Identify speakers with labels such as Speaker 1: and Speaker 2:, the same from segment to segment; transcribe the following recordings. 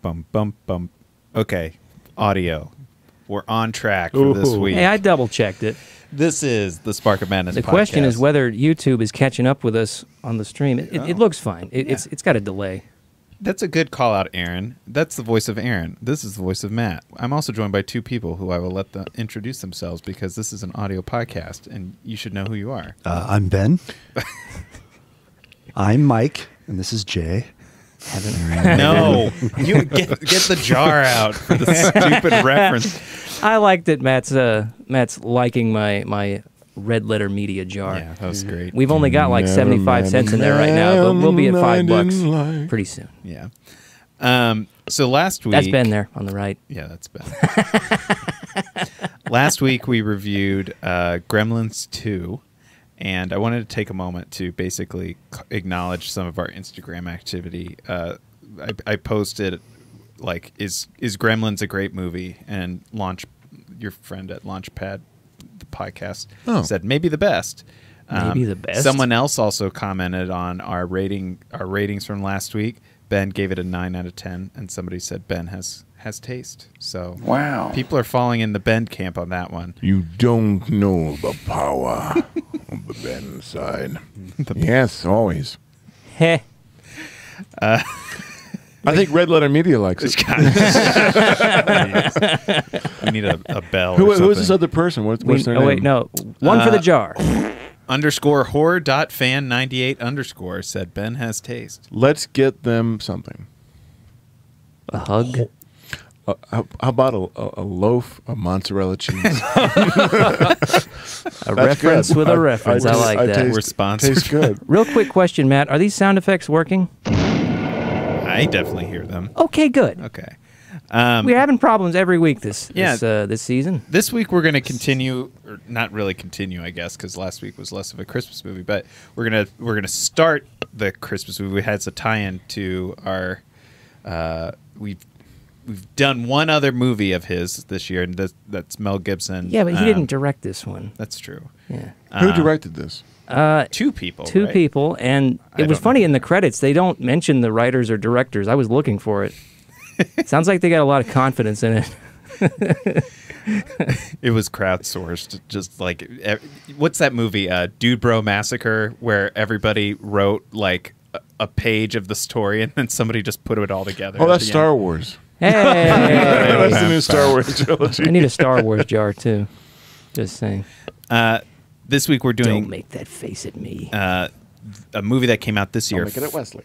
Speaker 1: bump bump. Okay, audio. We're on track for this
Speaker 2: Ooh.
Speaker 1: week.
Speaker 3: Hey, I double checked it.
Speaker 1: this is the Spark of Madness.
Speaker 3: The question is
Speaker 1: podcast.
Speaker 3: whether YouTube is catching up with us on the stream. It,
Speaker 2: Oh.
Speaker 3: it, it looks fine. It, It's
Speaker 1: Yeah.
Speaker 3: it's got a delay.
Speaker 1: That's a good call out, Aaron. That's the voice of Aaron. This is the voice of Matt. I'm also joined by two people who I will let them introduce themselves because this is an audio podcast and you should know who you are.
Speaker 4: Uh, I'm Ben. I'm Mike, and this is Jay.
Speaker 3: Haven't
Speaker 1: no, you get get the jar out for the stupid reference.
Speaker 3: I like that Matt's uh, Matt's liking my my red letter media jar.
Speaker 1: Yeah, that was great.
Speaker 3: We've only got like
Speaker 2: Never
Speaker 3: 75
Speaker 2: mind.
Speaker 3: cents in there right now, but we'll be at
Speaker 2: Never
Speaker 3: five
Speaker 2: mind
Speaker 3: bucks
Speaker 2: in life.
Speaker 3: pretty soon.
Speaker 1: yeah. Um. So last week
Speaker 3: That's Ben there on the right.
Speaker 1: Yeah, that's Ben. Last week we reviewed uh, Gremlins 2, and I wanted to take a moment to basically c- acknowledge some of our Instagram activity. Uh, I, I posted like, "Is is Gremlins a great movie?" and launch your friend at Launchpad, the podcast,
Speaker 2: Oh.
Speaker 1: said maybe the best.
Speaker 2: Um,
Speaker 3: Maybe the best?
Speaker 1: Someone else also commented on our rating, our ratings from last week. Ben gave it a nine out of ten, and somebody said Ben has has taste. So
Speaker 5: Wow.
Speaker 1: People are falling in the bend camp on that one.
Speaker 2: You don't know the power of the Ben side. yes, always.
Speaker 3: Heh.
Speaker 2: I think Red Letter Media likes it.
Speaker 1: we need a, a bell.
Speaker 2: Who,
Speaker 1: or
Speaker 2: who is this
Speaker 1: something.
Speaker 2: other person? What,
Speaker 3: We,
Speaker 2: what's their
Speaker 3: oh, wait,
Speaker 2: name? Uh,
Speaker 3: no. One for the jar.
Speaker 1: Underscore horror dot fan ninety eight underscore said Ben has taste.
Speaker 2: Let's get them something.
Speaker 3: A hug.
Speaker 2: Uh, how, how about a, a, a loaf of mozzarella cheese?
Speaker 3: A
Speaker 2: That's
Speaker 3: reference
Speaker 2: good.
Speaker 3: with
Speaker 2: I-
Speaker 3: a reference. I,
Speaker 2: taste-
Speaker 3: like that.
Speaker 2: taste-
Speaker 1: We're sponsored.
Speaker 2: Tastes good.
Speaker 3: Real quick question, Matt. Are these sound effects working?
Speaker 1: I definitely hear them.
Speaker 3: Okay, good.
Speaker 1: Okay. Um,
Speaker 3: We're having problems every week this
Speaker 1: Yeah.
Speaker 3: this, uh, this season.
Speaker 1: this week we're going to continue, or not really continue, I guess, because last week was less of a Christmas movie. But we're gonna we're gonna start the Christmas movie. It has a tie-in to our. Uh, we've we've done one other movie of his this year, and this, that's Mel Gibson.
Speaker 3: Yeah, but he
Speaker 1: Um,
Speaker 3: didn't direct this one.
Speaker 1: That's true.
Speaker 3: Yeah.
Speaker 2: Who directed this?
Speaker 1: Two people.
Speaker 3: Two
Speaker 1: right?
Speaker 3: people, and
Speaker 1: I
Speaker 3: it was
Speaker 1: don't
Speaker 3: funny
Speaker 1: know.
Speaker 3: in the credits. They don't mention the writers or directors. I was looking for it. Sounds like they got a lot of confidence in it.
Speaker 1: It was crowdsourced. Just like ev- what's that movie? Uh, Dude Bro Massacre, where everybody wrote like a- a page of the story, and then somebody just put it all together.
Speaker 2: Oh,
Speaker 1: at
Speaker 2: that's
Speaker 1: the
Speaker 2: Star
Speaker 1: end.
Speaker 2: Wars.
Speaker 3: Hey,
Speaker 2: that's the new Star Wars trilogy.
Speaker 3: I need a Star Wars jar too. Just saying.
Speaker 1: This week we're
Speaker 3: Don't
Speaker 1: doing
Speaker 3: make that face at me.
Speaker 1: uh, a movie that came out this year
Speaker 2: Wesley.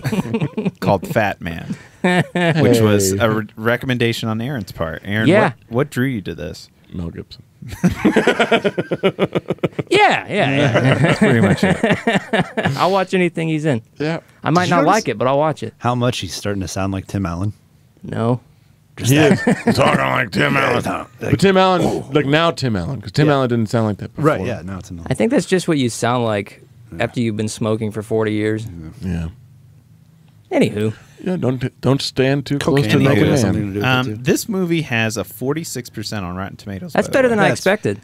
Speaker 1: called Fat Man, which was a re- recommendation on Aaron's part. Aaron,
Speaker 3: Yeah.
Speaker 1: what, what drew you to this?
Speaker 2: Mel Gibson.
Speaker 3: yeah, yeah, yeah.
Speaker 1: That's pretty much it.
Speaker 3: I'll watch anything he's in.
Speaker 2: Yeah.
Speaker 3: I might not like it, but I'll watch it.
Speaker 4: How much he's starting to sound like Tim Allen.
Speaker 3: No.
Speaker 2: He is talking like Tim Allen. But Tim Allen, like now Tim Allen, because Tim Allen didn't sound like that before.
Speaker 4: Right, yeah, now it's
Speaker 3: I
Speaker 4: another.
Speaker 3: think that's just what you sound like after you've been smoking for 40 years.
Speaker 2: Yeah.
Speaker 3: Anywho,
Speaker 2: Yeah, don't don't stand too close to
Speaker 1: Cocaine
Speaker 2: naked
Speaker 1: has
Speaker 2: man.
Speaker 4: do
Speaker 1: Um, this movie has a forty-six percent on Rotten Tomatoes.
Speaker 3: that's
Speaker 1: by the
Speaker 3: better
Speaker 1: way,
Speaker 3: than I
Speaker 4: That's-
Speaker 3: expected.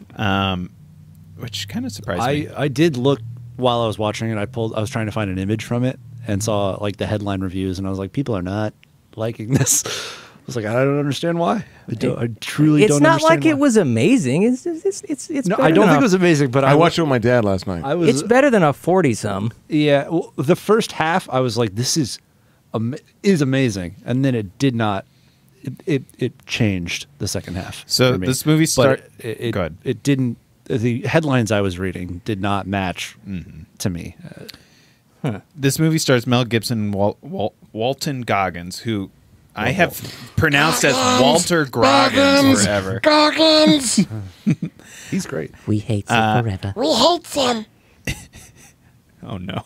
Speaker 1: which kind of surprised
Speaker 4: I,
Speaker 1: me.
Speaker 4: I did look while I was watching it. I pulled. I was trying to find an image from it and saw like the headline reviews, and I was like, people are not liking this. I was like, I don't understand why. I, don't, I truly
Speaker 3: It's
Speaker 4: don't.
Speaker 3: not
Speaker 4: understand
Speaker 3: like it
Speaker 4: why.
Speaker 3: was amazing. It's just, it's it's it's
Speaker 4: No,
Speaker 3: better
Speaker 4: I don't
Speaker 3: than
Speaker 4: think
Speaker 3: a-
Speaker 4: it was amazing, but
Speaker 2: I
Speaker 4: I
Speaker 2: watched it with my dad last night.
Speaker 4: I was.
Speaker 3: It's better than a 40 some.
Speaker 4: Yeah, well, the first half I was like, "This is am- is amazing," and then it did not. It it, it changed the second half.
Speaker 1: So
Speaker 4: for me.
Speaker 1: this movie
Speaker 4: But
Speaker 1: start-
Speaker 4: It, it,
Speaker 1: Go ahead.
Speaker 4: It didn't. The headlines I was reading did not match
Speaker 1: Mm-hmm.
Speaker 4: to me. Uh,
Speaker 1: this movie stars Mel Gibson and Wal- Wal- Walton Goggins, who I have pronounced as Walter Groggins forever.
Speaker 2: Goggins.
Speaker 4: He's great.
Speaker 3: We hate it
Speaker 4: Uh,
Speaker 3: forever.
Speaker 6: We hate him.
Speaker 1: Oh no,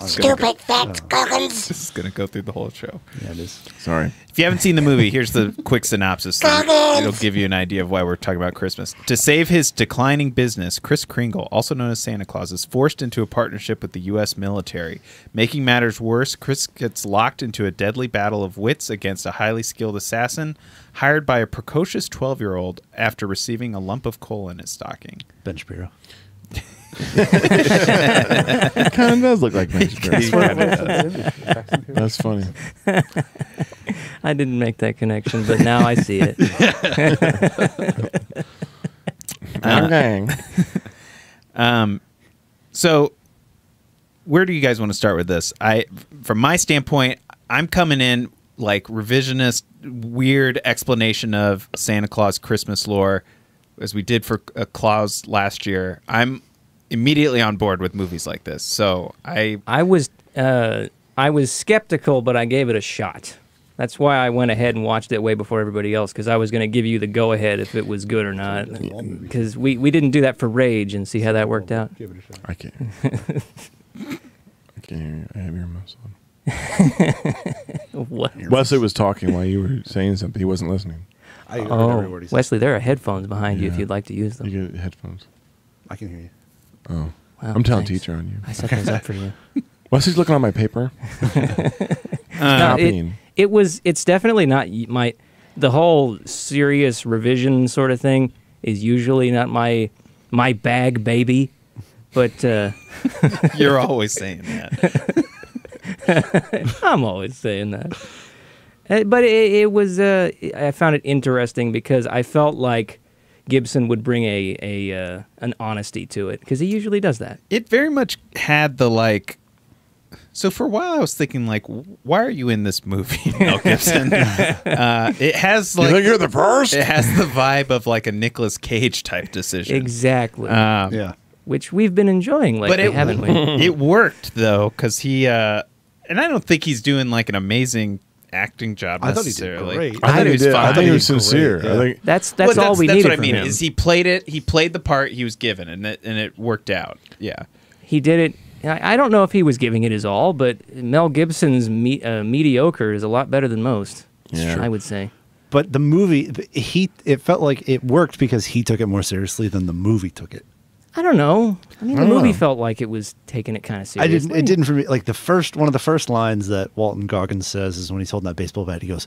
Speaker 6: Stupid fat Goggins.
Speaker 1: this is gonna go through the whole show.
Speaker 4: Yeah, it is.
Speaker 2: Sorry.
Speaker 1: If you haven't seen the movie, here's the quick synopsis. It'll give you an idea of why we're talking about Christmas. To save his declining business, Chris Kringle, also known as Santa Claus, is forced into a partnership with the U.S. military. Making matters worse, Chris gets locked into a deadly battle of wits against a highly skilled assassin hired by a precocious 12 year old after receiving a lump of coal in his stocking.
Speaker 4: Ben Shapiro.
Speaker 2: It kind of does look like Max That's funny.
Speaker 3: I didn't make that connection, but now I see it.
Speaker 2: Gang.
Speaker 1: So, where do you guys want to start with this? I, from my standpoint, I'm coming in like revisionist, weird explanation of Santa Claus Christmas lore, as we did for uh, Claus last year. I'm immediately on board with movies like this. So I,
Speaker 3: I was uh, I was skeptical, but I gave it a shot. That's why I went ahead and watched it way before everybody else because I was going to give you the go ahead if it was good or not. Because we, we didn't do that for Rage and see how that worked out.
Speaker 5: Give it a shot.
Speaker 2: I can't. I can't hear you. I have your mouse on.
Speaker 3: What?
Speaker 2: Wesley was talking while you were saying something. He wasn't listening.
Speaker 5: I heard every
Speaker 3: Oh,
Speaker 5: word he said.
Speaker 3: Wesley, there are headphones behind you if
Speaker 2: Yeah.
Speaker 3: you'd like to use them.
Speaker 2: You get headphones.
Speaker 5: I can hear you.
Speaker 2: Oh.
Speaker 3: Wow,
Speaker 2: I'm telling
Speaker 3: thanks.
Speaker 2: teacher on
Speaker 3: I
Speaker 2: you.
Speaker 3: set those up for you.
Speaker 2: Wesley's looking on my paper.
Speaker 3: No, it,
Speaker 2: Copying.
Speaker 3: it was. It's definitely not y- my. The whole serious revision sort of thing is usually not my my bag, baby. But uh,
Speaker 1: you're always saying that.
Speaker 3: I'm always saying that. Uh, But it, it was. Uh, I found it interesting because I felt like Gibson would bring a a uh, an honesty to it because he usually does that.
Speaker 1: It very much had the like. So for a while, I was thinking like, why are you in this movie, Mel Gibson? uh, it has like
Speaker 2: you think you're the first?
Speaker 1: it has the vibe of like a Nicolas Cage type decision.
Speaker 3: Exactly,
Speaker 1: Um,
Speaker 5: Yeah.
Speaker 3: which we've been enjoying lately,
Speaker 1: but it
Speaker 3: haven't we?
Speaker 1: it worked though because he uh, and I don't think he's doing like an amazing acting job
Speaker 5: I thought he did
Speaker 1: necessarily.
Speaker 5: great.
Speaker 1: I thought he was
Speaker 2: did. I
Speaker 1: fine.
Speaker 2: thought he was
Speaker 5: He's great,
Speaker 2: sincere.
Speaker 5: yeah.
Speaker 2: I think
Speaker 3: That's that's
Speaker 1: Well,
Speaker 3: all we
Speaker 1: that's
Speaker 3: needed
Speaker 1: what I mean
Speaker 3: from him.
Speaker 1: is he played it. He played the part he was given, and it and it worked out. Yeah,
Speaker 3: he did it. I I don't know if he was giving it his all, but Mel Gibson's me, uh, mediocre is a lot better than most.
Speaker 2: Yeah.
Speaker 3: I would say.
Speaker 5: But the movie, he it felt like it worked because he took it more seriously than the movie took it.
Speaker 3: I don't know. I mean, the
Speaker 2: I don't
Speaker 3: movie
Speaker 2: know.
Speaker 3: felt like it was taking it kind of
Speaker 5: I
Speaker 3: seriously.
Speaker 5: didn't. It didn't for me. Like the first one of the first lines that Walton Goggins says is when he's holding that baseball bat. He goes,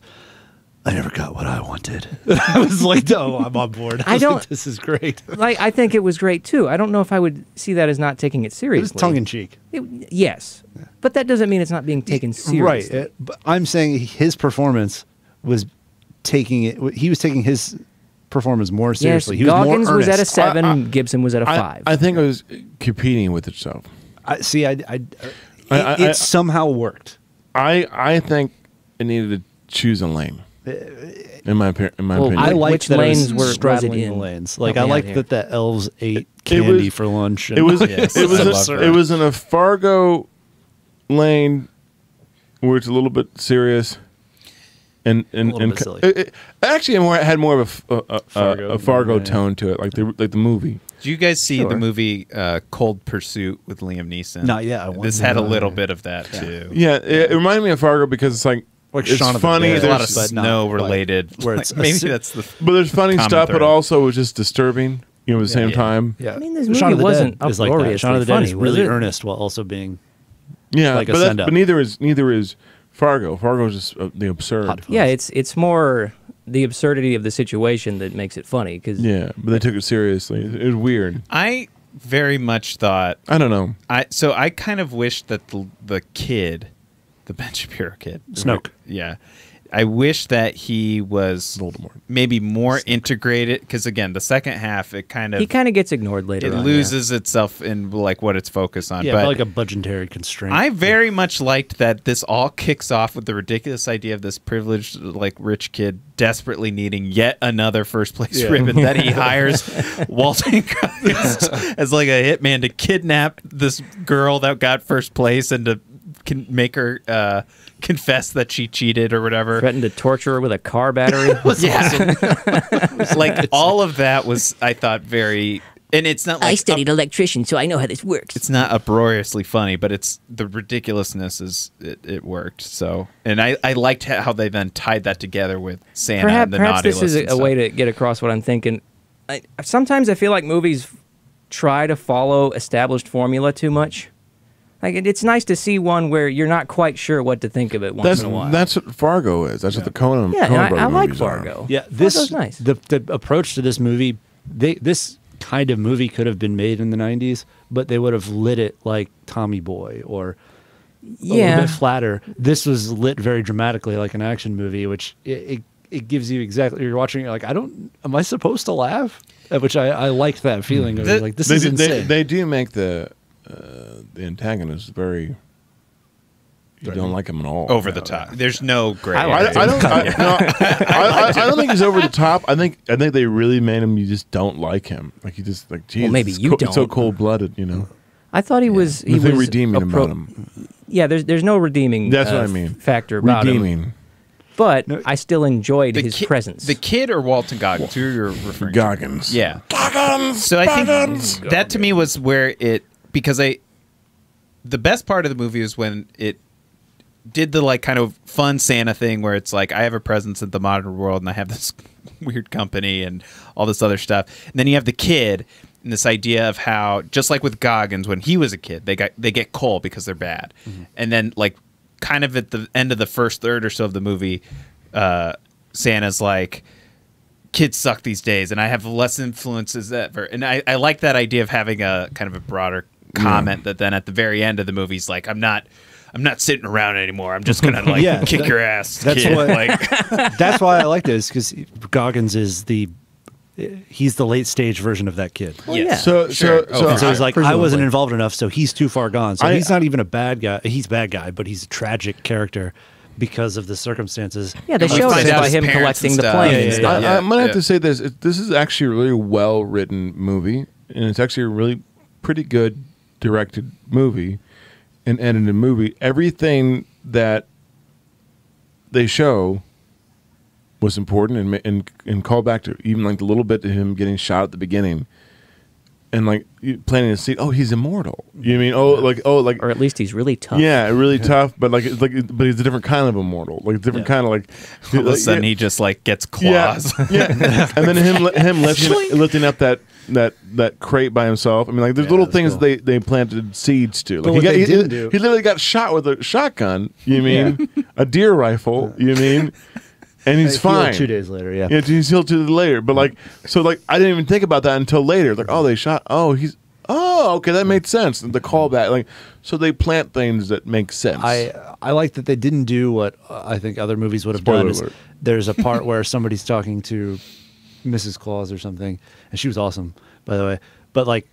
Speaker 5: "I never got what I wanted." I was like, "No, I'm on board."
Speaker 3: I
Speaker 5: was
Speaker 3: don't-
Speaker 5: Like, this is great.
Speaker 3: Like, I think it was great too. I don't know if I would see that as not taking
Speaker 5: It
Speaker 3: it seriously.
Speaker 5: was tongue in cheek,
Speaker 3: It- yes, but that doesn't mean it's not being taken
Speaker 5: right?
Speaker 3: seriously.
Speaker 5: uh, but I'm saying his performance was taking it. He was taking his performance more
Speaker 3: Yes,
Speaker 5: seriously. he was
Speaker 3: Goggins
Speaker 5: more
Speaker 3: was at a
Speaker 5: earnest.
Speaker 3: seven.
Speaker 2: I- I-
Speaker 3: Gibson was at a
Speaker 2: I,
Speaker 3: five.
Speaker 2: I think it was competing with itself.
Speaker 5: I, see, I, I,
Speaker 2: I-
Speaker 5: it,
Speaker 2: I- I-
Speaker 5: it somehow worked.
Speaker 2: I I think it needed to choose a lane. In my opinion, in my
Speaker 3: Well,
Speaker 2: opinion,
Speaker 5: I
Speaker 3: Which
Speaker 5: like that it was
Speaker 3: lanes were- was it
Speaker 5: straddling the
Speaker 3: in?
Speaker 5: lanes.
Speaker 3: Help
Speaker 5: Like
Speaker 3: me
Speaker 5: I
Speaker 3: out
Speaker 5: like
Speaker 3: here.
Speaker 5: that the elves ate
Speaker 2: it was-
Speaker 5: candy for lunch. And
Speaker 2: it was
Speaker 1: Yes,
Speaker 2: it was
Speaker 1: I
Speaker 2: a-
Speaker 1: love that.
Speaker 2: it was in a Fargo lane where it's a little bit serious and and,
Speaker 5: little
Speaker 2: and
Speaker 5: bit
Speaker 2: ki-
Speaker 5: silly.
Speaker 2: It, it- actually more had more of a f- a, a, Fargo,
Speaker 5: Fargo,
Speaker 2: a Fargo
Speaker 5: yeah.
Speaker 2: tone to it, like the like the movie.
Speaker 1: Do you guys see the
Speaker 3: Sure.
Speaker 1: movie uh, Cold Pursuit with Liam Neeson?
Speaker 5: Not yet, I want-
Speaker 1: This had a
Speaker 5: no.
Speaker 1: little bit of that too.
Speaker 2: Yeah, it, it reminded me of Fargo because it's like,
Speaker 5: Like
Speaker 2: it's
Speaker 5: Shaun of the
Speaker 2: funny.
Speaker 5: Dead.
Speaker 1: There's a lot of
Speaker 5: But not
Speaker 1: snow related.
Speaker 5: like- where it's a
Speaker 1: maybe
Speaker 5: su-
Speaker 1: that's the
Speaker 2: but there's funny
Speaker 1: Common
Speaker 2: stuff,
Speaker 1: thread.
Speaker 2: but also it was just disturbing. You know, at the same
Speaker 1: Yeah.
Speaker 2: time.
Speaker 5: Yeah,
Speaker 3: I mean, this movie wasn't
Speaker 5: is like that.
Speaker 3: uproariously
Speaker 5: Shaun of the Dead is
Speaker 3: funny, was
Speaker 5: really
Speaker 3: it?
Speaker 5: earnest while also being
Speaker 2: Yeah,
Speaker 5: like a
Speaker 2: but, that's-
Speaker 5: send-up.
Speaker 2: but neither is neither is Fargo. Fargo's just uh, the absurd.
Speaker 5: Hot
Speaker 3: yeah, it's it's more the absurdity of the situation that makes it funny because
Speaker 2: Yeah, but they took it seriously. It was weird.
Speaker 1: I very much thought
Speaker 2: I don't know.
Speaker 1: I so I kind of wish that the the kid, the Ben Shapiro kid,
Speaker 5: Snoke.
Speaker 1: yeah, I wish that he was
Speaker 2: Voldemort.
Speaker 1: maybe more integrated because again, the second half it kind of
Speaker 3: he kind of gets ignored later.
Speaker 1: it
Speaker 3: on, yeah.
Speaker 1: loses itself in like what it's focused on.
Speaker 5: Yeah,
Speaker 1: but
Speaker 5: like a budgetary constraint.
Speaker 1: I very much liked that this all kicks off with the ridiculous idea of this privileged, like rich kid desperately needing yet another first place
Speaker 5: Yeah.
Speaker 1: ribbon that he hires Walton Christ as like a hitman to kidnap this girl that got first place and to con- make her uh, confess that she cheated or whatever.
Speaker 3: threatened to torture her with a car battery.
Speaker 1: yeah, like all of that was I thought very, and it's not like
Speaker 7: I studied electrician, so I know how this works.
Speaker 1: it's not uproariously funny, but it's the ridiculousness is it, it worked. So, and I I liked ho- how they then tied that together with Santa
Speaker 3: perhaps,
Speaker 1: and uh, the
Speaker 3: perhaps
Speaker 1: naughty
Speaker 3: this is
Speaker 1: list
Speaker 3: a,
Speaker 1: and
Speaker 3: a
Speaker 1: stuff.
Speaker 3: way to get across what I'm thinking. I, sometimes I feel like movies try to follow established formula too much. Like it, it's nice to see one where you're not quite sure what to think of it once
Speaker 2: That's
Speaker 3: in a while.
Speaker 2: that's what Fargo is. That's what the Conan.
Speaker 3: yeah, and
Speaker 2: Conan
Speaker 3: I, I
Speaker 2: Brother
Speaker 3: like
Speaker 2: movies are.
Speaker 3: Fargo.
Speaker 5: yeah,
Speaker 3: Fargo's
Speaker 5: this
Speaker 3: nice.
Speaker 5: the the approach to this movie. They this kind of movie could have been made in the '90s, but they would have lit it like Tommy Boy or
Speaker 4: a little
Speaker 3: yeah.
Speaker 4: bit flatter. This was lit very dramatically, like an action movie, which it, it, it gives you exactly. You're watching it like, I don't. Am I supposed to laugh? At which I, I liked that feeling of
Speaker 5: Mm.
Speaker 1: The-
Speaker 4: like this
Speaker 2: they,
Speaker 4: is
Speaker 2: do- they,
Speaker 4: insane.
Speaker 2: they do make the uh, the antagonist very. You don't like him at all. Oh,
Speaker 1: over the top. There's no gray.
Speaker 2: I,
Speaker 1: area.
Speaker 2: I don't. I, no, I, I, I don't think he's over the top. I think. I think they really made him. You just don't like him. Like you just like. Geez,
Speaker 3: maybe
Speaker 2: it's
Speaker 3: you
Speaker 2: co- It's so
Speaker 3: don't.
Speaker 2: cold blooded. You know.
Speaker 3: I thought he was he
Speaker 2: Nothing
Speaker 3: was
Speaker 2: redeeming
Speaker 3: appro-
Speaker 2: about him.
Speaker 3: Yeah, there's there's no redeeming.
Speaker 2: That's what
Speaker 3: uh,
Speaker 2: I mean.
Speaker 3: Factor about him,
Speaker 2: Redeeming.
Speaker 3: but I still enjoyed
Speaker 1: the
Speaker 3: his
Speaker 1: ki-
Speaker 3: presence.
Speaker 1: The kid or Walton Goggins, who you're referring to.
Speaker 2: Goggins.
Speaker 1: Yeah. So I think that to me was where it because I the best part of the movie is when it did the like kind of fun Santa thing where it's like I have a presence in the modern world and I have this weird company and all this other stuff. And then you have the kid and this idea of how just like with Goggins when he was a kid, they got they get cold because they're bad. And then like kind of at the end of the first third or so of the movie, uh Santa's like kids suck these days and I have less influences ever. And I, I like that idea of having a kind of a broader comment that then at the very end of the movie's like, I'm not I'm not sitting around anymore. I'm just gonna like
Speaker 5: Yeah,
Speaker 1: kick
Speaker 5: that-
Speaker 1: your ass.
Speaker 5: that's
Speaker 1: kid.
Speaker 5: what-
Speaker 1: like
Speaker 5: That's why I like this because Goggins is the he's the late stage version of that kid.
Speaker 1: yeah.
Speaker 2: So
Speaker 1: Sure.
Speaker 2: so so,
Speaker 1: Okay.
Speaker 5: So he's like, I wasn't
Speaker 4: Presumably.
Speaker 5: involved enough, so he's too far gone. So
Speaker 2: I-
Speaker 5: he's not even a bad guy. He's a bad guy, but he's a tragic character because of the circumstances.
Speaker 3: yeah, they
Speaker 1: And we
Speaker 3: showed
Speaker 1: find
Speaker 3: it
Speaker 1: out
Speaker 3: by
Speaker 1: his
Speaker 3: him
Speaker 1: parents
Speaker 3: collecting
Speaker 1: and
Speaker 3: the
Speaker 1: stuff.
Speaker 3: plane
Speaker 1: Yeah,
Speaker 3: and
Speaker 1: yeah,
Speaker 3: stuff.
Speaker 2: I, I'm gonna
Speaker 1: yeah.
Speaker 2: have to say this. It, this is actually a really well written movie, and it's actually a really pretty good directed movie, and edited movie. Everything that they show was important, and ma- and and call back to even like the little bit to him getting shot at the beginning, and like you- planting a seed. Oh, he's immortal. You mean oh like oh like
Speaker 3: Or at least he's really tough.
Speaker 2: yeah, really tough, but like it's like but he's a different kind of immortal, like a different kind of like
Speaker 1: all of a sudden
Speaker 2: yeah.
Speaker 1: he just like gets
Speaker 2: Yeah,
Speaker 1: claws.
Speaker 2: yeah. and then him him lifting, lifting up that that that crate by himself. I mean, like there's little
Speaker 5: that's
Speaker 2: things
Speaker 5: cool.
Speaker 2: they they planted seeds to. Like
Speaker 5: what they
Speaker 2: he,
Speaker 5: didn't do-
Speaker 2: he literally got shot with a shotgun. You mean a deer rifle? You mean, and he's fine.
Speaker 5: Two days later, yeah.
Speaker 2: Yeah, he's healed to the later. But like, so like, I didn't even think about that until later. Like, oh, they shot. Oh, he's. Oh, okay, that made sense. The callback, like, so they plant things that make sense.
Speaker 5: I I like that they didn't do what uh, I think other movies would have
Speaker 2: Spoiler
Speaker 5: done. is
Speaker 2: alert.
Speaker 5: there's a part where somebody's talking to Mrs. Claus or something, and she was awesome, by the way. But like,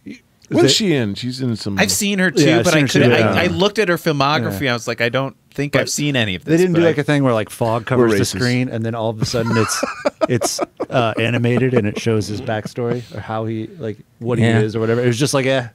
Speaker 2: When's
Speaker 5: the-
Speaker 2: she in? She's in some.
Speaker 1: I've seen her too,
Speaker 5: Yeah, I've
Speaker 1: but
Speaker 5: seen
Speaker 1: I
Speaker 5: her
Speaker 1: could
Speaker 5: too.
Speaker 1: not
Speaker 5: Yeah.
Speaker 1: I, I looked at her filmography. I was like, I don't think I've seen any of this.
Speaker 5: They didn't do
Speaker 1: but
Speaker 5: like
Speaker 1: I-
Speaker 5: a thing where like fog covers the
Speaker 2: racist.
Speaker 5: screen, and then all of a sudden it's it's uh, animated and it shows his backstory or how he like what
Speaker 3: Yeah.
Speaker 5: he is or whatever. It was just like eh.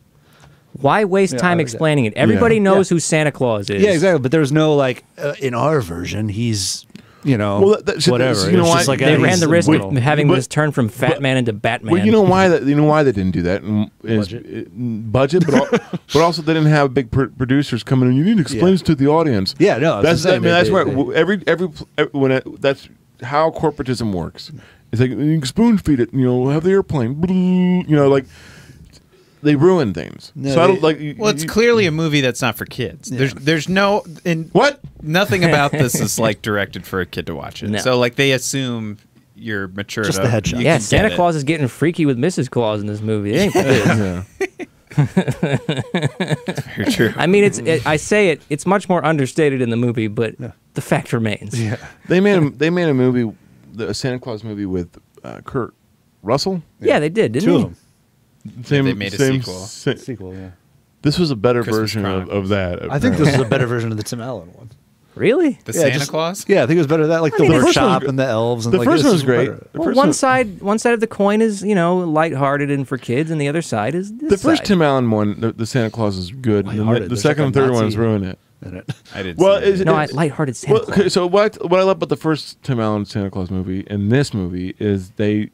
Speaker 3: Why waste
Speaker 5: Yeah, I
Speaker 3: time
Speaker 5: like that.
Speaker 3: explaining it? Everybody
Speaker 2: Yeah.
Speaker 3: knows who Santa Claus is.
Speaker 5: yeah, exactly. But there was no like uh, in our version he's you know
Speaker 2: Well, that- that- so
Speaker 5: whatever.
Speaker 2: that's-
Speaker 5: It
Speaker 2: you know
Speaker 5: was
Speaker 2: why-
Speaker 5: just like,
Speaker 3: They
Speaker 5: eh,
Speaker 3: ran
Speaker 5: he's
Speaker 3: the risk
Speaker 5: immortal.
Speaker 3: of having
Speaker 2: but-
Speaker 3: this turn from Fat Man into Batman.
Speaker 2: Well, you know why that you know why they didn't do that and is
Speaker 5: Budget.
Speaker 2: uh, budget, but al- but also they didn't have big pr- producers coming in. You need to explain
Speaker 5: Yeah.
Speaker 2: this to the audience.
Speaker 5: Yeah, no, I was
Speaker 2: that's
Speaker 5: gonna say,
Speaker 2: I mean
Speaker 5: they-
Speaker 2: that's
Speaker 5: they-
Speaker 2: where
Speaker 5: they-
Speaker 2: w- every every pl- ev- when it, that's how corporatism works. It's like you can spoon feed it. You know, have the airplane. You know, like they ruin things.
Speaker 5: No,
Speaker 2: so I
Speaker 5: they-
Speaker 2: don't like. you-
Speaker 1: Well, it's
Speaker 2: you-
Speaker 1: clearly a movie that's not for kids. There's there's no in
Speaker 2: What?
Speaker 1: nothing about this is like directed for a kid to watch it.
Speaker 3: No.
Speaker 1: So like they assume you're mature.
Speaker 5: Just
Speaker 1: enough.
Speaker 5: the headshot.
Speaker 1: You
Speaker 3: Yeah,
Speaker 1: can
Speaker 3: Santa
Speaker 1: get it.
Speaker 3: Claus is getting freaky with Mrs. Claus in this movie. It ain't for kids.
Speaker 1: Very true.
Speaker 3: I mean, it's. It, I say it. It's much more understated in the movie, but the fact remains. Yeah.
Speaker 2: They made a, they made a movie, the a Santa Claus movie with uh, Kurt Russell.
Speaker 3: they did, didn't
Speaker 5: Two
Speaker 3: they?
Speaker 5: of them.
Speaker 2: Same,
Speaker 1: they made a sequel.
Speaker 2: sa-
Speaker 5: Sequel, yeah.
Speaker 2: This was a better
Speaker 1: Christmas
Speaker 2: version of,
Speaker 1: Chronicles.
Speaker 2: of that.
Speaker 5: I think this is a better version of the Tim Allen one.
Speaker 3: Really?
Speaker 1: The
Speaker 5: Yeah,
Speaker 1: Santa
Speaker 5: just-
Speaker 1: Claus.
Speaker 5: Yeah, I think it was better than that, like
Speaker 2: mean,
Speaker 5: the
Speaker 2: the first one was
Speaker 5: workshop
Speaker 2: gr-
Speaker 5: and the elves. And
Speaker 2: The
Speaker 5: like,
Speaker 2: first
Speaker 5: this
Speaker 2: one was
Speaker 5: is
Speaker 2: great.
Speaker 5: better.
Speaker 2: The
Speaker 3: Well,
Speaker 2: first
Speaker 3: one
Speaker 2: one-
Speaker 3: side, one side of the coin is you know lighthearted and for kids, and the other side is this
Speaker 2: the first
Speaker 3: side.
Speaker 2: Tim Allen one, the, the Santa Claus is good. and then the,
Speaker 5: Lighthearted.
Speaker 2: the
Speaker 5: There's like
Speaker 2: second
Speaker 5: a
Speaker 2: and third
Speaker 5: Nazi-
Speaker 2: ones ruin it.
Speaker 5: In it.
Speaker 1: I didn't.
Speaker 2: Well,
Speaker 1: see
Speaker 2: is
Speaker 1: that.
Speaker 2: it-
Speaker 3: No, I, lighthearted Santa
Speaker 2: Well,
Speaker 3: Claus.
Speaker 2: okay, so what? What I love about the first Tim Allen Santa Claus movie and this movie is they,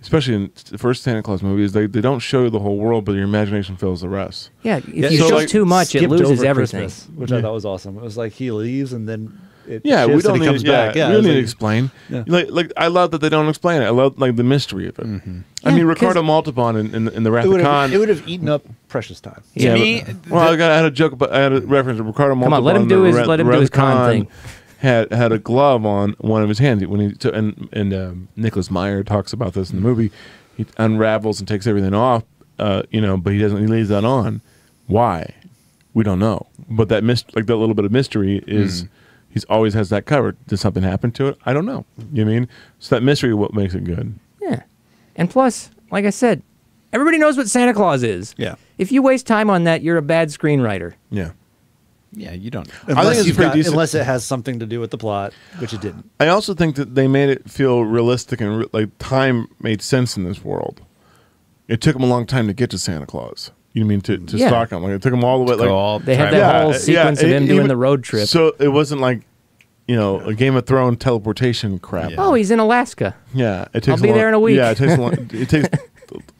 Speaker 2: especially in the first Santa Claus movie, is they, they don't show the whole world, but your imagination fills the rest.
Speaker 3: Yeah, if
Speaker 5: Yeah,
Speaker 3: you
Speaker 2: so,
Speaker 3: show
Speaker 2: like,
Speaker 3: too much, it
Speaker 5: skipped
Speaker 3: loses
Speaker 5: over
Speaker 3: everything.
Speaker 5: Christmas, which I
Speaker 2: Yeah.
Speaker 5: thought was awesome. It was like he leaves and then it
Speaker 2: Yeah, we
Speaker 5: shifts and he
Speaker 2: don't need,
Speaker 5: comes
Speaker 2: yeah,
Speaker 5: back. Yeah,
Speaker 2: we
Speaker 5: it
Speaker 2: don't
Speaker 5: was
Speaker 2: need to
Speaker 5: like-
Speaker 2: explain.
Speaker 5: Yeah.
Speaker 2: Like, like I love that they don't explain it. I love like the mystery of it. I
Speaker 3: Yeah,
Speaker 2: mean, Ricardo
Speaker 3: 'cause-
Speaker 2: Montalban in, in, in the Wrath
Speaker 5: Mm-hmm. It
Speaker 2: of
Speaker 5: would,
Speaker 2: Khan.
Speaker 5: have, it would have eaten up precious time.
Speaker 1: To
Speaker 3: Yeah,
Speaker 1: me,
Speaker 2: Well, I, got, I had a joke, about I had a reference to Ricardo Montalban.
Speaker 3: Come on, let him
Speaker 2: the
Speaker 3: do his-
Speaker 2: Ra-
Speaker 3: let him do
Speaker 2: Rath
Speaker 3: his con thing.
Speaker 2: Had had a glove on one of his hands when he took, and and um, Nicholas Meyer talks about this in the movie. He unravels and takes everything off, uh, you know, but he doesn't. He leaves that on. Why? we don't know. But that mist, like that little bit of mystery, is he's always has that covered. Did something happen to it? I don't know. You know what I mean so that mystery? is What makes it good?
Speaker 3: Yeah. And plus, like I said, everybody knows what Santa Claus is.
Speaker 4: Yeah.
Speaker 3: If you waste time on that, you're a bad screenwriter.
Speaker 2: Yeah.
Speaker 1: Yeah, you don't.
Speaker 2: think
Speaker 4: Unless,
Speaker 2: it's
Speaker 4: you've
Speaker 2: pretty
Speaker 4: got,
Speaker 2: decent.
Speaker 4: unless it has something to do with the plot, which it didn't.
Speaker 2: I also think that they made it feel realistic and re- like time made sense in this world. It took them a long time to get to Santa Claus. You know what I mean to, to
Speaker 3: Yeah.
Speaker 2: Stockholm? Like it took them all the way. Like e
Speaker 1: all
Speaker 3: They had
Speaker 1: drive
Speaker 3: that
Speaker 1: by.
Speaker 3: whole sequence of him doing the road trip.
Speaker 2: So it wasn't like you know a Game of Thrones teleportation crap.
Speaker 1: Yeah.
Speaker 3: Oh, he's in Alaska.
Speaker 2: Yeah, it takes.
Speaker 3: be
Speaker 2: a long,
Speaker 3: there in a week.
Speaker 2: Yeah, it takes. A long, it takes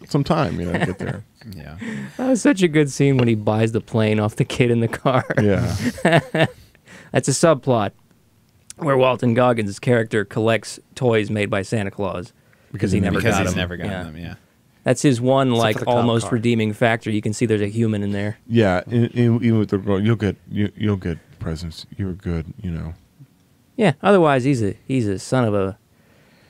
Speaker 2: some time, you know, to get there.
Speaker 1: Yeah.
Speaker 3: That was such a good scene when he buys the plane off the kid in the car.
Speaker 2: Yeah,
Speaker 3: That's a subplot where Walton Goggins' character collects toys made by Santa Claus because he never
Speaker 1: because
Speaker 3: got
Speaker 1: he's
Speaker 3: them.
Speaker 1: never gotten
Speaker 3: Yeah.
Speaker 1: them. Yeah.
Speaker 3: That's his one
Speaker 4: for the
Speaker 3: like
Speaker 4: cop
Speaker 3: almost
Speaker 4: car.
Speaker 3: redeeming factor. You can see there's a human in there.
Speaker 2: yeah. in- in- Even with the road, you'll get you, you'll get presents. You were good, you know.
Speaker 3: Yeah. Otherwise, he's a he's a son of a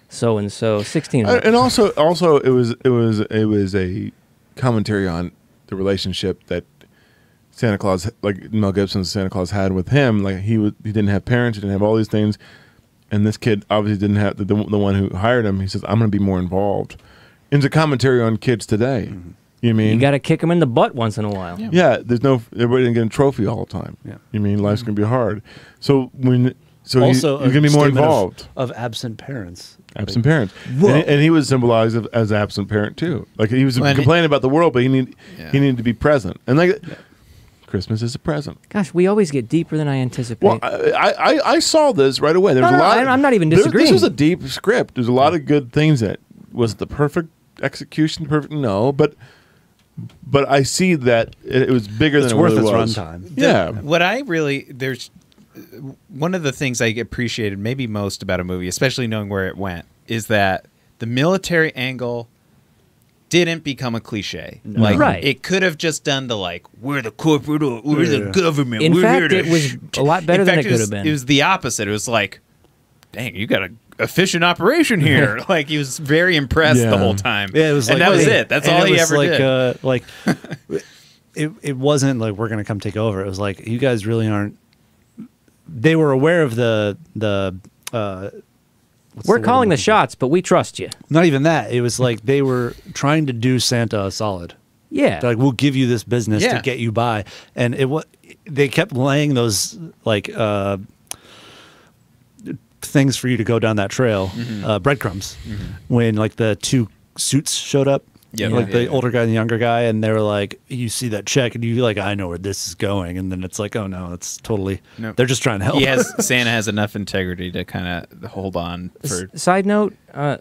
Speaker 3: so and so sixteen.
Speaker 2: Uh, and also also it was it was it was a commentary on the relationship that Santa Claus like Mel Gibson's Santa Claus had with him like he was he didn't have parents he didn't have all these things and this kid obviously didn't have the, the, the one who hired him he says I'm going to be more involved and it's a commentary on kids today you mean
Speaker 3: You got to kick him in the butt once in a while.
Speaker 2: yeah there's no everybody didn't get a trophy all the time
Speaker 4: Yeah.
Speaker 2: you mean life's going to be hard so when so
Speaker 4: Mm-hmm. also,
Speaker 2: you, you're
Speaker 4: a
Speaker 2: going to be more
Speaker 4: statement of-
Speaker 2: involved
Speaker 4: of, absent parents.
Speaker 2: absent parent, and, and he was symbolized of, as absent parent too. Like he was
Speaker 1: Well, and
Speaker 2: complaining about the world, but he need
Speaker 1: Yeah.
Speaker 2: he needed to be present. And like Christmas is a present.
Speaker 3: Gosh, we always get deeper than I anticipate.
Speaker 2: Well, I, I I saw this right away. There's
Speaker 3: No,
Speaker 2: a
Speaker 3: no,
Speaker 2: lot.
Speaker 3: I- I'm not even
Speaker 2: there-
Speaker 3: disagreeing.
Speaker 2: This was a deep script. There's a lot of good things that was it the perfect execution. Perfect? No, but but I see that it, it was bigger
Speaker 4: It's
Speaker 2: than
Speaker 4: worth
Speaker 2: it really
Speaker 4: its
Speaker 2: was.
Speaker 4: runtime.
Speaker 2: Yeah,
Speaker 1: What I really there's one of the things I appreciated maybe most about a movie, especially knowing where it went, is that the military angle didn't become a cliche. Like
Speaker 3: Right.
Speaker 1: it could have just done the like we're the corporate or we're the government.
Speaker 3: In
Speaker 1: we're
Speaker 3: fact,
Speaker 1: here to
Speaker 3: it was
Speaker 1: sh-
Speaker 3: a lot
Speaker 1: In
Speaker 3: better than
Speaker 1: fact,
Speaker 3: it could
Speaker 1: was-
Speaker 3: have been.
Speaker 1: It was the opposite. It was like, dang, you got a efficient operation here. like he was very impressed
Speaker 2: Yeah.
Speaker 1: the whole time.
Speaker 4: Yeah, it was
Speaker 1: and
Speaker 4: like,
Speaker 1: that was
Speaker 4: and-
Speaker 1: it. That's
Speaker 4: and
Speaker 1: all
Speaker 4: it
Speaker 1: he
Speaker 4: was
Speaker 1: ever
Speaker 4: like,
Speaker 1: did.
Speaker 4: Uh, like, it it wasn't like we're gonna come take over. It was like you guys really aren't. They were aware of the the. Uh, what's
Speaker 3: We're
Speaker 4: word
Speaker 3: calling
Speaker 4: I'm
Speaker 3: the
Speaker 4: looking for?
Speaker 3: shots, but we trust you.
Speaker 4: Not even that. It was like they were trying to do Santa a solid.
Speaker 3: Yeah.
Speaker 4: They're like we'll give you this business
Speaker 1: Yeah.
Speaker 4: to get you by, and it was they kept laying those like uh, things for you to go down that trail,
Speaker 1: Mm-hmm.
Speaker 4: uh, breadcrumbs. When like the two suits showed up,
Speaker 1: Yeah,
Speaker 4: like
Speaker 1: yeah,
Speaker 4: the
Speaker 1: yeah.
Speaker 4: older guy and the younger guy, and they were like, "You see that check?" And you like, "I know where this is going." And then it's like, "Oh no, it's totally."
Speaker 1: Nope.
Speaker 4: They're just trying to help.
Speaker 1: he has Santa has enough integrity to kind of hold on
Speaker 3: S-
Speaker 1: for
Speaker 3: Side note, uh,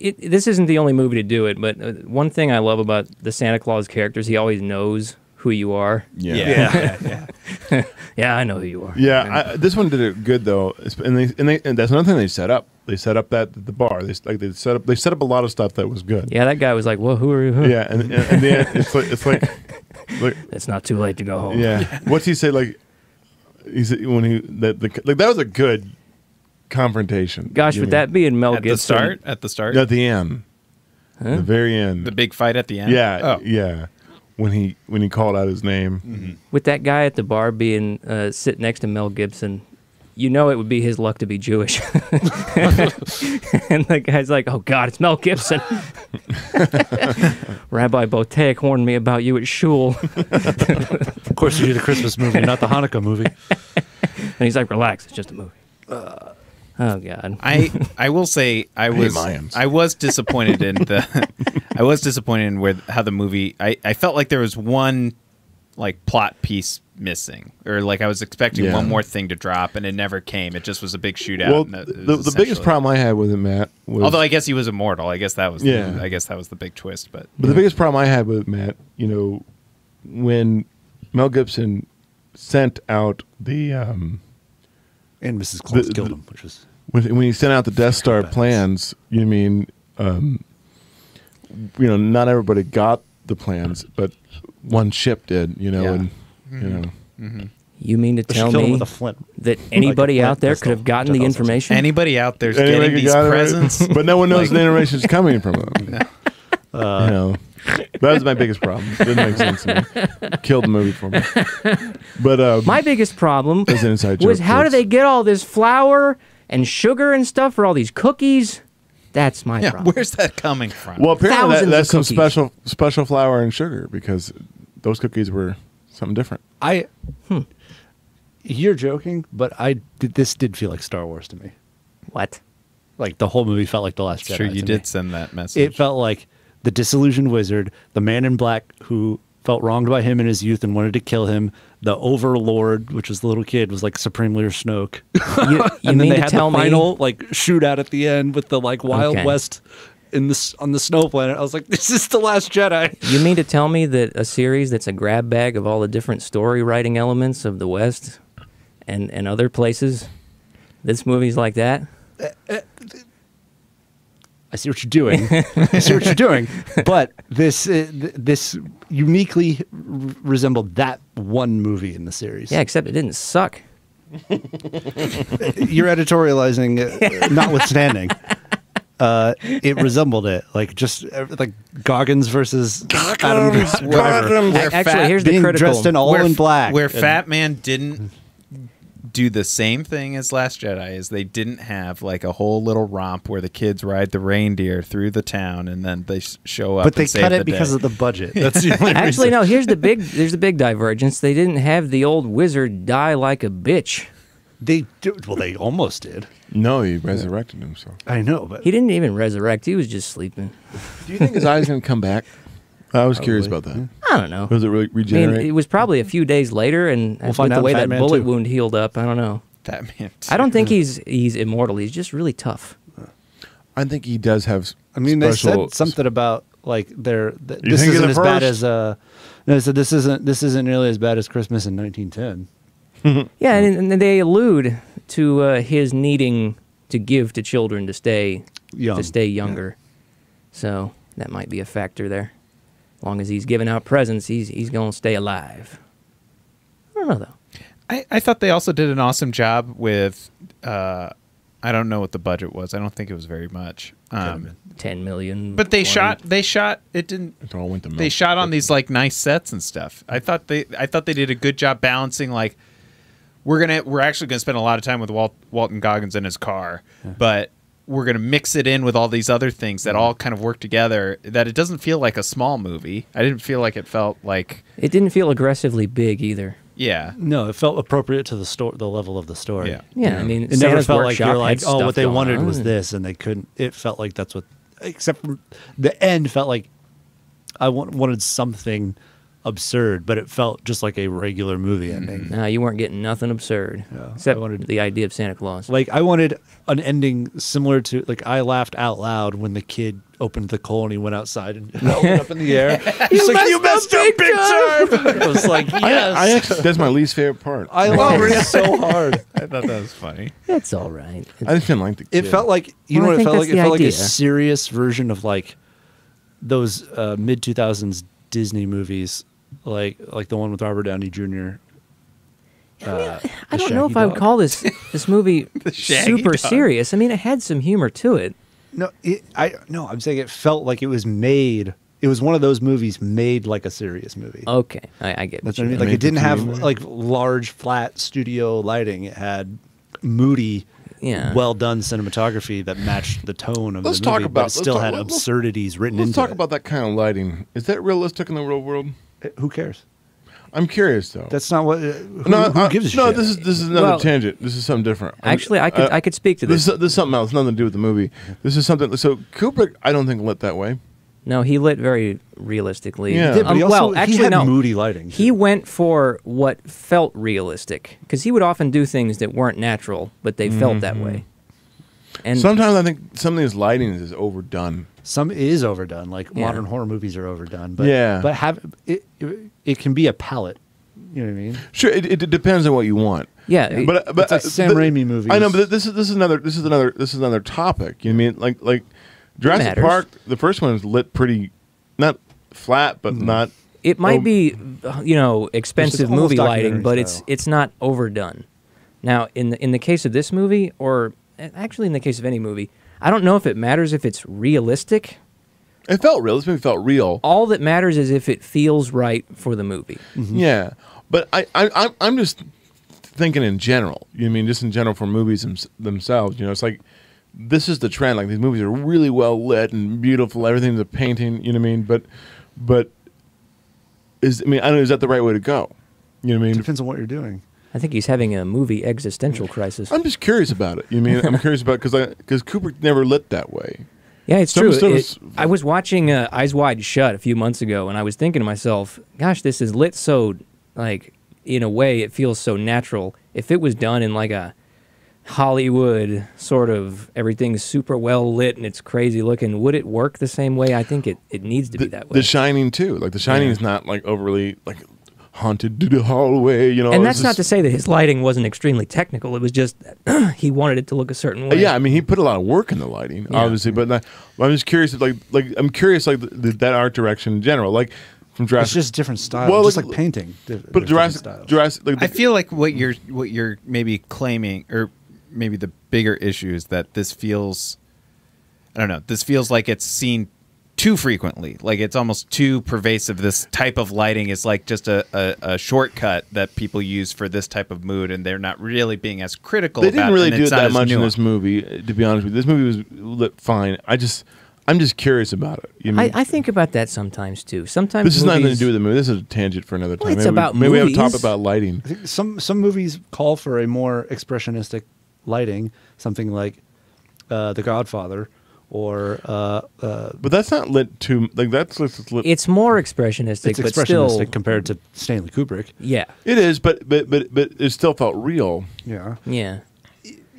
Speaker 3: it, this isn't the only movie to do it, but uh, one thing I love about the Santa Claus characters, he always knows who you are.
Speaker 2: yeah.
Speaker 1: yeah.
Speaker 3: Yeah, I know who you are.
Speaker 2: Yeah, I, this one did it good though, It's- and they and they and that's another thing they set up. They set up that the bar. They s- like they set up they set up a lot of stuff that was good.
Speaker 3: Yeah, that guy was like, "Well, who are you?" Huh?
Speaker 2: yeah, and, and, and then it's like it's like, like
Speaker 3: It's not too late to go home.
Speaker 2: yeah. What's he say? Like he said when he that the like that was a good confrontation.
Speaker 3: Gosh,
Speaker 2: You
Speaker 3: with
Speaker 2: mean,
Speaker 3: that being Mel
Speaker 1: at the
Speaker 3: Gibson,
Speaker 1: start. At the start,
Speaker 2: at the end, the very end,
Speaker 1: the big fight at the end.
Speaker 2: yeah,
Speaker 1: Oh. Mm-hmm.
Speaker 2: yeah. When he when he called out his name,
Speaker 3: with that guy at the bar being uh, sit next to Mel Gibson, you know it would be his luck to be Jewish. and the guy's like, "Oh God, it's Mel Gibson." Rabbi Botek warned me about you at shul, and
Speaker 4: Of course, you do the Christmas movie, not the Hanukkah movie.
Speaker 3: he's like, "Relax, it's just a movie." Oh God,
Speaker 1: I I will say I was
Speaker 2: Mayans.
Speaker 1: I was disappointed in the I was disappointed in where how the movie I I felt like there was one like plot piece missing or like I was expecting
Speaker 2: Yeah.
Speaker 1: one more thing to drop and it never came. It just was a big shootout.
Speaker 2: well,
Speaker 1: and
Speaker 2: the,
Speaker 1: that
Speaker 2: the,
Speaker 1: was
Speaker 2: biggest
Speaker 1: essentially-
Speaker 2: problem I had with it, Matt, was
Speaker 1: Although I guess he was immortal, I guess that was
Speaker 2: Yeah.
Speaker 1: the, I guess that was the big twist. But
Speaker 2: But the biggest problem I had with Matt, you know, when Mel Gibson sent out the um,
Speaker 4: And Mrs. Claus
Speaker 2: The-
Speaker 4: killed
Speaker 2: the-
Speaker 4: him, which is
Speaker 2: when, when he sent out the Death Star plans, you mean, um, you know, not everybody got the plans, but one ship did, you know,
Speaker 4: Yeah.
Speaker 2: and you know,
Speaker 3: you mean to
Speaker 4: She
Speaker 3: tell
Speaker 4: killed him
Speaker 3: me
Speaker 4: with a flint.
Speaker 3: that anybody
Speaker 4: flint
Speaker 3: out there could
Speaker 4: pistol,
Speaker 3: have gotten
Speaker 4: which I thought
Speaker 3: the
Speaker 4: was awesome.
Speaker 3: information?
Speaker 1: anybody out there's
Speaker 2: Anyway,
Speaker 1: getting
Speaker 2: you
Speaker 1: these
Speaker 2: got it, right?
Speaker 1: presents,
Speaker 2: but no one knows the information's coming from them. you know, That was my biggest problem. Didn't make sense to me. Killed the movie for me. But um,
Speaker 3: My biggest problem
Speaker 2: That's an inside
Speaker 3: was
Speaker 2: joke,
Speaker 3: how do
Speaker 2: kids.
Speaker 3: they get all this flour and sugar and stuff for all these cookies? That's my
Speaker 1: Yeah,
Speaker 3: problem.
Speaker 1: where's that coming from?
Speaker 2: well, apparently that,
Speaker 3: Thousands
Speaker 2: that's
Speaker 3: of
Speaker 2: some
Speaker 3: cookies.
Speaker 2: special special flour and sugar because those cookies were something different.
Speaker 5: I. hmm. You're joking, but I did, this did feel like Star Wars to me.
Speaker 3: What?
Speaker 5: Like the whole movie felt like the last Jedi.
Speaker 1: sure, you
Speaker 5: to
Speaker 1: did
Speaker 5: me.
Speaker 1: send that message.
Speaker 5: It felt like the disillusioned wizard, the man in black who felt wronged by him in his youth and wanted to kill him. The overlord, which was the little kid, was like Supreme Leader Snoke.
Speaker 3: You, you
Speaker 5: and
Speaker 3: mean
Speaker 5: then they
Speaker 3: to
Speaker 5: had
Speaker 3: tell
Speaker 5: the final like shootout at the end with the like Wild
Speaker 3: Okay.
Speaker 5: West in this on the snow planet. I was like, this is the last Jedi.
Speaker 3: me? You mean to tell me that a series that's a grab bag of all the different story writing elements of the West and and other places, this movie's like that?
Speaker 5: I see what you're doing. I see what you're doing. But this uh, th- this uniquely r- resembled that one movie in the series.
Speaker 3: Yeah, except it didn't suck.
Speaker 5: you're editorializing, uh, notwithstanding. Uh, it resembled it, like just uh, like Goggins versus Adam Driver.
Speaker 1: Where
Speaker 3: A- Actually,
Speaker 1: fat-
Speaker 3: here's the
Speaker 5: Being
Speaker 3: critical.
Speaker 5: dressed in all
Speaker 1: where,
Speaker 5: in black.
Speaker 1: Where
Speaker 5: And- Mm.
Speaker 1: Fat Man didn't do the same thing as Last Jedi is they didn't have like a whole little romp where the kids ride the reindeer through the town and then they s- show up.
Speaker 5: but they
Speaker 1: and save
Speaker 5: cut it
Speaker 1: the
Speaker 5: because
Speaker 1: day.
Speaker 5: of the budget. That's the only
Speaker 3: Actually,
Speaker 5: reason.
Speaker 3: no. Here's the big. There's the big divergence. They didn't have the old wizard die like a bitch.
Speaker 5: They do, well, they almost did.
Speaker 2: No, you resurrected him. So
Speaker 5: I know, but
Speaker 3: He didn't even resurrect. He was just sleeping.
Speaker 2: do you think his eyes gonna come back? I was curious about that.
Speaker 3: I don't know.
Speaker 2: Does it really
Speaker 3: I mean,
Speaker 2: regenerate?
Speaker 3: it was probably a few days later, and with
Speaker 5: find out
Speaker 3: the
Speaker 5: in
Speaker 3: way
Speaker 5: Fat
Speaker 3: that
Speaker 5: Man
Speaker 3: bullet
Speaker 5: 2.
Speaker 3: wound healed up, I don't know.
Speaker 1: Fat Man.
Speaker 3: I don't think he's he's immortal. He's just really tough.
Speaker 2: I think he does have. s-
Speaker 5: I mean, they
Speaker 2: special-
Speaker 5: said something about like they're th-
Speaker 2: You
Speaker 5: this
Speaker 2: think
Speaker 5: isn't
Speaker 2: it's
Speaker 5: as
Speaker 2: the
Speaker 5: bad
Speaker 2: first?
Speaker 5: as uh. No, they said this isn't this isn't nearly as bad as Christmas in 1910.
Speaker 3: Yeah, and, and they allude to uh, his needing to give to children to stay
Speaker 5: Young.
Speaker 3: to stay younger. So that might be a factor there. As long as he's giving out presents, he's he's gonna stay alive. I don't know though.
Speaker 1: I, I thought they also did an awesome job with. Uh, I don't know what the budget was. I don't think it was very much. Um,
Speaker 3: Ten million.
Speaker 1: but they
Speaker 3: 20.
Speaker 1: shot. They shot. It didn't.
Speaker 2: It all went to
Speaker 1: They
Speaker 2: milk.
Speaker 1: shot on these like nice sets and stuff. I thought they. I thought they did a good job balancing like. We're gonna. We're actually gonna spend a lot of time with Walt Walton Goggins in his car, but we're gonna mix it in with all these other things that all kind of work together. That it doesn't feel like a small movie. I didn't feel like it felt like.
Speaker 3: It didn't feel aggressively big either.
Speaker 1: Yeah.
Speaker 5: No, it felt appropriate to the store, the level of the story.
Speaker 1: Yeah.
Speaker 3: Yeah, I mean,
Speaker 5: it never
Speaker 3: Santa's
Speaker 5: felt like
Speaker 3: Workshop
Speaker 5: you're
Speaker 3: had
Speaker 5: like, oh,
Speaker 3: stuff
Speaker 5: what they
Speaker 3: going
Speaker 5: wanted
Speaker 3: on.
Speaker 5: was this, and they couldn't. It felt like that's what, except for the end, felt like I wa- wanted something absurd, but it felt just like a regular movie
Speaker 2: Mm-hmm.
Speaker 5: ending.
Speaker 3: No, you weren't getting nothing absurd
Speaker 5: Yeah.
Speaker 3: except
Speaker 5: I wanted-
Speaker 3: the idea of Santa Claus.
Speaker 5: Like I wanted an ending similar to like I laughed out loud when the kid opened the coal and he went outside and held it up in the air. He's like, "You messed up big time!" I was like,
Speaker 2: I, I
Speaker 5: "Yes."
Speaker 2: actually, that's my least favorite part. I,
Speaker 5: I, laughed so hard.
Speaker 1: I thought that was funny.
Speaker 3: That's all right.
Speaker 2: just didn't like the.
Speaker 5: It
Speaker 2: kid.
Speaker 5: felt like you
Speaker 3: Well, I
Speaker 5: know what it
Speaker 3: think
Speaker 5: felt
Speaker 3: that's
Speaker 5: like. It
Speaker 3: the
Speaker 5: felt like
Speaker 3: idea.
Speaker 5: a serious version of like those uh, mid two thousands Disney movies, like like the one with Robert Downey Jr. Uh,
Speaker 3: I
Speaker 5: the
Speaker 3: don't know
Speaker 5: Shaggy
Speaker 3: if I would
Speaker 5: dog.
Speaker 3: call this this movie
Speaker 1: Shaggy
Speaker 3: super
Speaker 1: dog.
Speaker 3: serious. I mean, it had some humor to it.
Speaker 5: No, it, I no. I'm saying it felt like it was made. It was one of those movies made like a serious movie.
Speaker 3: Okay, I, I get
Speaker 5: That's what
Speaker 3: what
Speaker 5: I
Speaker 3: you
Speaker 5: mean. Like
Speaker 2: Made
Speaker 5: it didn't
Speaker 2: for
Speaker 5: have
Speaker 2: TV.
Speaker 5: like large flat studio lighting. It had moody,
Speaker 3: Yeah.
Speaker 5: well done cinematography that matched the tone of
Speaker 2: Let's
Speaker 5: the
Speaker 2: talk
Speaker 5: movie,
Speaker 2: about-
Speaker 5: but it
Speaker 2: let's
Speaker 5: still
Speaker 2: talk-
Speaker 5: had
Speaker 2: let's-
Speaker 5: absurdities written
Speaker 2: Let's
Speaker 5: into
Speaker 2: talk
Speaker 5: it. Uh,
Speaker 2: about that kind of lighting. Is that realistic in the real world?
Speaker 5: Who cares?
Speaker 2: I'm curious though.
Speaker 5: That's not what. Uh, who,
Speaker 2: no,
Speaker 5: who
Speaker 2: I-
Speaker 5: gives a
Speaker 2: no.
Speaker 5: shit?
Speaker 2: This is this is another
Speaker 3: Well-
Speaker 2: tangent. This is something different. I'm- uh,
Speaker 3: Actually, I could I could speak to
Speaker 2: This
Speaker 3: this.
Speaker 2: is, this is something else. Nothing to do with the movie. This is something. So Kubrick, I don't think lit that way.
Speaker 3: No, he lit very realistically. Um,
Speaker 2: Yeah. He did,
Speaker 5: but he also-
Speaker 3: well,
Speaker 5: he
Speaker 3: actually,
Speaker 5: had
Speaker 3: no.
Speaker 5: moody lighting,
Speaker 3: He
Speaker 5: too.
Speaker 3: went for what felt realistic because he would often do things that weren't natural, but they felt that way. And
Speaker 2: Sometimes I think Mm-hmm. some of these lightings is overdone.
Speaker 5: Some is overdone. Like
Speaker 3: Yeah.
Speaker 5: modern horror movies are overdone. But
Speaker 2: Yeah.
Speaker 5: but have it. It, it can be a palette. You know what I mean?
Speaker 2: Sure, it, it depends on what you want.
Speaker 3: Yeah, it-
Speaker 2: but but
Speaker 5: it's like Sam Raimi movies.
Speaker 2: I know, but this is this is another this is another this is another topic. You know what I mean? Like like Jurassic
Speaker 3: matters.
Speaker 2: Park, the first one is lit pretty, not flat, but not.
Speaker 3: it might
Speaker 2: oh,
Speaker 3: be uh, you know expensive
Speaker 5: almost
Speaker 3: movie lighting
Speaker 5: documentary
Speaker 3: but it's
Speaker 5: style.
Speaker 3: it's not overdone now in the, in the case of this movie eh, or uh, actually in the case of any movie i don't know if it matters if it's realistic
Speaker 2: It felt real. This movie felt real.
Speaker 3: All that matters is if it feels right for the movie.
Speaker 2: Yeah, but I, I I'm I'm just thinking in general. You know what I mean just in general for movies thems- themselves. You know, it's like this is the trend. Like these movies are really well lit and beautiful. Everything's a painting. You know what I mean? But but is I mean I don't know is that the right way to go? You know what I mean?
Speaker 5: Depends on what you're doing.
Speaker 3: I think he's having a movie existential crisis.
Speaker 2: I'm just curious about it. You know what I mean I'm curious about because because Kubrick never lit that way.
Speaker 3: Yeah, it's
Speaker 2: Some
Speaker 3: true.
Speaker 2: sort of
Speaker 3: It-
Speaker 2: s-
Speaker 3: I was watching uh, Eyes Wide Shut a few months ago, and I was thinking to myself, "Gosh, this is lit so like in a way it feels so natural. If it was done in like a Hollywood sort of everything's super well lit and it's crazy looking, would it work the same way? I think it, it needs to be that way.
Speaker 2: The Shining too. Like The Shining is not like overly like haunted through the hallway. You know,
Speaker 3: and
Speaker 2: it's
Speaker 3: that's not
Speaker 2: just-
Speaker 3: to say that his lighting wasn't extremely technical. It was just that he wanted it to look a certain way.
Speaker 2: Uh, Yeah, I mean, he put a lot of work in the lighting, obviously. But not, I'm just curious, if, like, like I'm curious, like the, that art direction in general, like from
Speaker 5: It's
Speaker 2: Jurassic.
Speaker 5: just different style.
Speaker 2: Well,
Speaker 5: just
Speaker 2: like-
Speaker 5: like, painting. di-
Speaker 2: but
Speaker 5: different
Speaker 2: Jurassic,
Speaker 5: style.
Speaker 2: Jurassic. Like,
Speaker 1: I
Speaker 2: the-
Speaker 1: feel like what you're what you're maybe claiming, or maybe the bigger issue is that this feels, I don't know, this feels like it's seen too frequently. Like it's almost too pervasive. This type of lighting is like just a, a, a shortcut that people use for this type of mood, and they're not really being as critical.
Speaker 2: they
Speaker 1: about
Speaker 2: didn't really
Speaker 1: and
Speaker 2: do it
Speaker 1: it's not
Speaker 2: that
Speaker 1: as
Speaker 2: much in
Speaker 1: nuanced.
Speaker 2: this movie. uh, To be honest with you, this movie was lit fine. I just, I'm just curious about it. You
Speaker 3: I,
Speaker 2: mean,
Speaker 3: I think about that sometimes too. Sometimes
Speaker 2: this is nothing to
Speaker 3: movies-
Speaker 2: do with the movie. This is a tangent for another time.
Speaker 3: Well, it's
Speaker 2: maybe
Speaker 3: about
Speaker 2: we, maybe we have a
Speaker 3: movies.
Speaker 2: top about lighting.
Speaker 5: I think some some movies call for a more expressionistic lighting, something like uh, The Godfather or uh, uh,
Speaker 2: But that's not lit too. Like that's just lit.
Speaker 3: It's more expressionistic,
Speaker 5: it's
Speaker 3: but
Speaker 5: expressionistic
Speaker 3: still,
Speaker 5: compared to Stanley Kubrick.
Speaker 3: yeah,
Speaker 2: It is, but but but but it still felt real.
Speaker 5: Yeah.
Speaker 3: yeah.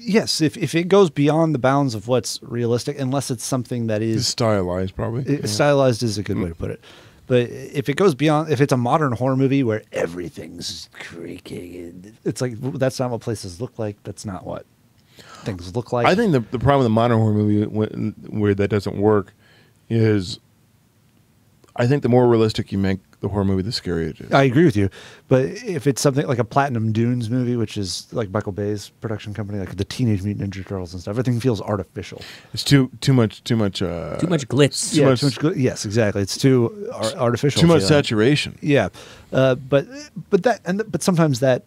Speaker 5: Yes, if, if it goes beyond the bounds of what's realistic, unless it's something that
Speaker 2: It's
Speaker 5: is
Speaker 2: stylized, probably.
Speaker 5: it- stylized is a good way to put it. But if it goes beyond, if it's a modern horror movie where everything's creaking, and it's like that's not what places look like. That's not what things look like.
Speaker 2: I think the, the problem with the modern horror movie when, where that doesn't work is I think the more realistic you make the horror movie, the scarier it is.
Speaker 5: I agree with you, but if it's something like a Platinum Dunes movie, which is like Michael Bay's production company, like the Teenage Mutant Ninja Turtles and stuff, everything feels artificial.
Speaker 2: it's too too much too much uh,
Speaker 3: Too much glitz.
Speaker 2: Too
Speaker 5: yeah,
Speaker 2: much-
Speaker 5: too much. gl- Yes, exactly. It's too ar- artificial.
Speaker 2: too much
Speaker 5: feeling.
Speaker 2: saturation.
Speaker 5: Yeah, uh, but but that and th- but sometimes that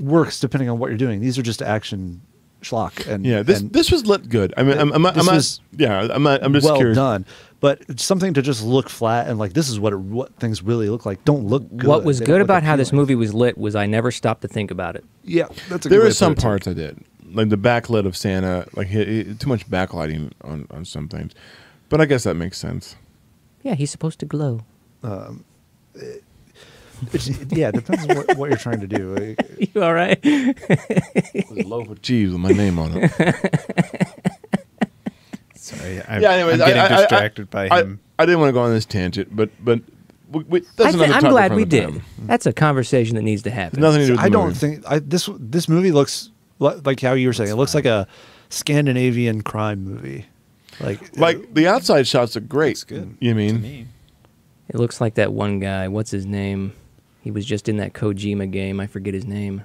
Speaker 5: works depending on what you're doing. These are just action schlock and
Speaker 2: Yeah, this
Speaker 5: and
Speaker 2: this was lit good. I mean, I'm, I'm, I'm
Speaker 5: This
Speaker 2: not-
Speaker 5: was
Speaker 2: yeah, I'm not, I'm just
Speaker 5: well
Speaker 2: curious.
Speaker 5: done. But it's something to just look flat and like this is what it, what things really look like. Don't look. good.
Speaker 3: What was
Speaker 5: They don't
Speaker 3: good
Speaker 5: look
Speaker 3: about how this
Speaker 5: appealing.
Speaker 3: movie was lit was I never stopped to think about it.
Speaker 5: Yeah, that's a good way
Speaker 2: There were
Speaker 5: to
Speaker 2: some
Speaker 5: put it, too.
Speaker 2: parts I did, like the backlit of Santa, like he, he- too much backlighting on on some things, but I guess that makes sense.
Speaker 7: Yeah, he's supposed to glow.
Speaker 5: It's- yeah, it depends on what, what you're trying to do. Like,
Speaker 3: You all right?
Speaker 2: There's a loaf of cheese with my name on it.
Speaker 1: Sorry, I,
Speaker 2: yeah. Anyways,
Speaker 1: I'm
Speaker 2: I-
Speaker 1: getting
Speaker 2: I, I-
Speaker 1: distracted by
Speaker 2: I-
Speaker 1: him.
Speaker 2: I, didn't want to go on this tangent, but but we, we, that's
Speaker 3: I
Speaker 2: another
Speaker 3: am
Speaker 2: topic
Speaker 3: glad
Speaker 2: for
Speaker 3: we
Speaker 2: another
Speaker 3: did.
Speaker 2: time.
Speaker 3: That's a conversation that needs to happen.
Speaker 2: Nothing to do with the
Speaker 5: I don't
Speaker 2: movie.
Speaker 5: think I, this this movie looks li- like how you were saying. it looks like a Scandinavian crime movie. Like
Speaker 2: like the outside shots are great. You mean?
Speaker 3: It looks like that one guy. What's his name? He was just in that Kojima game. I forget his name.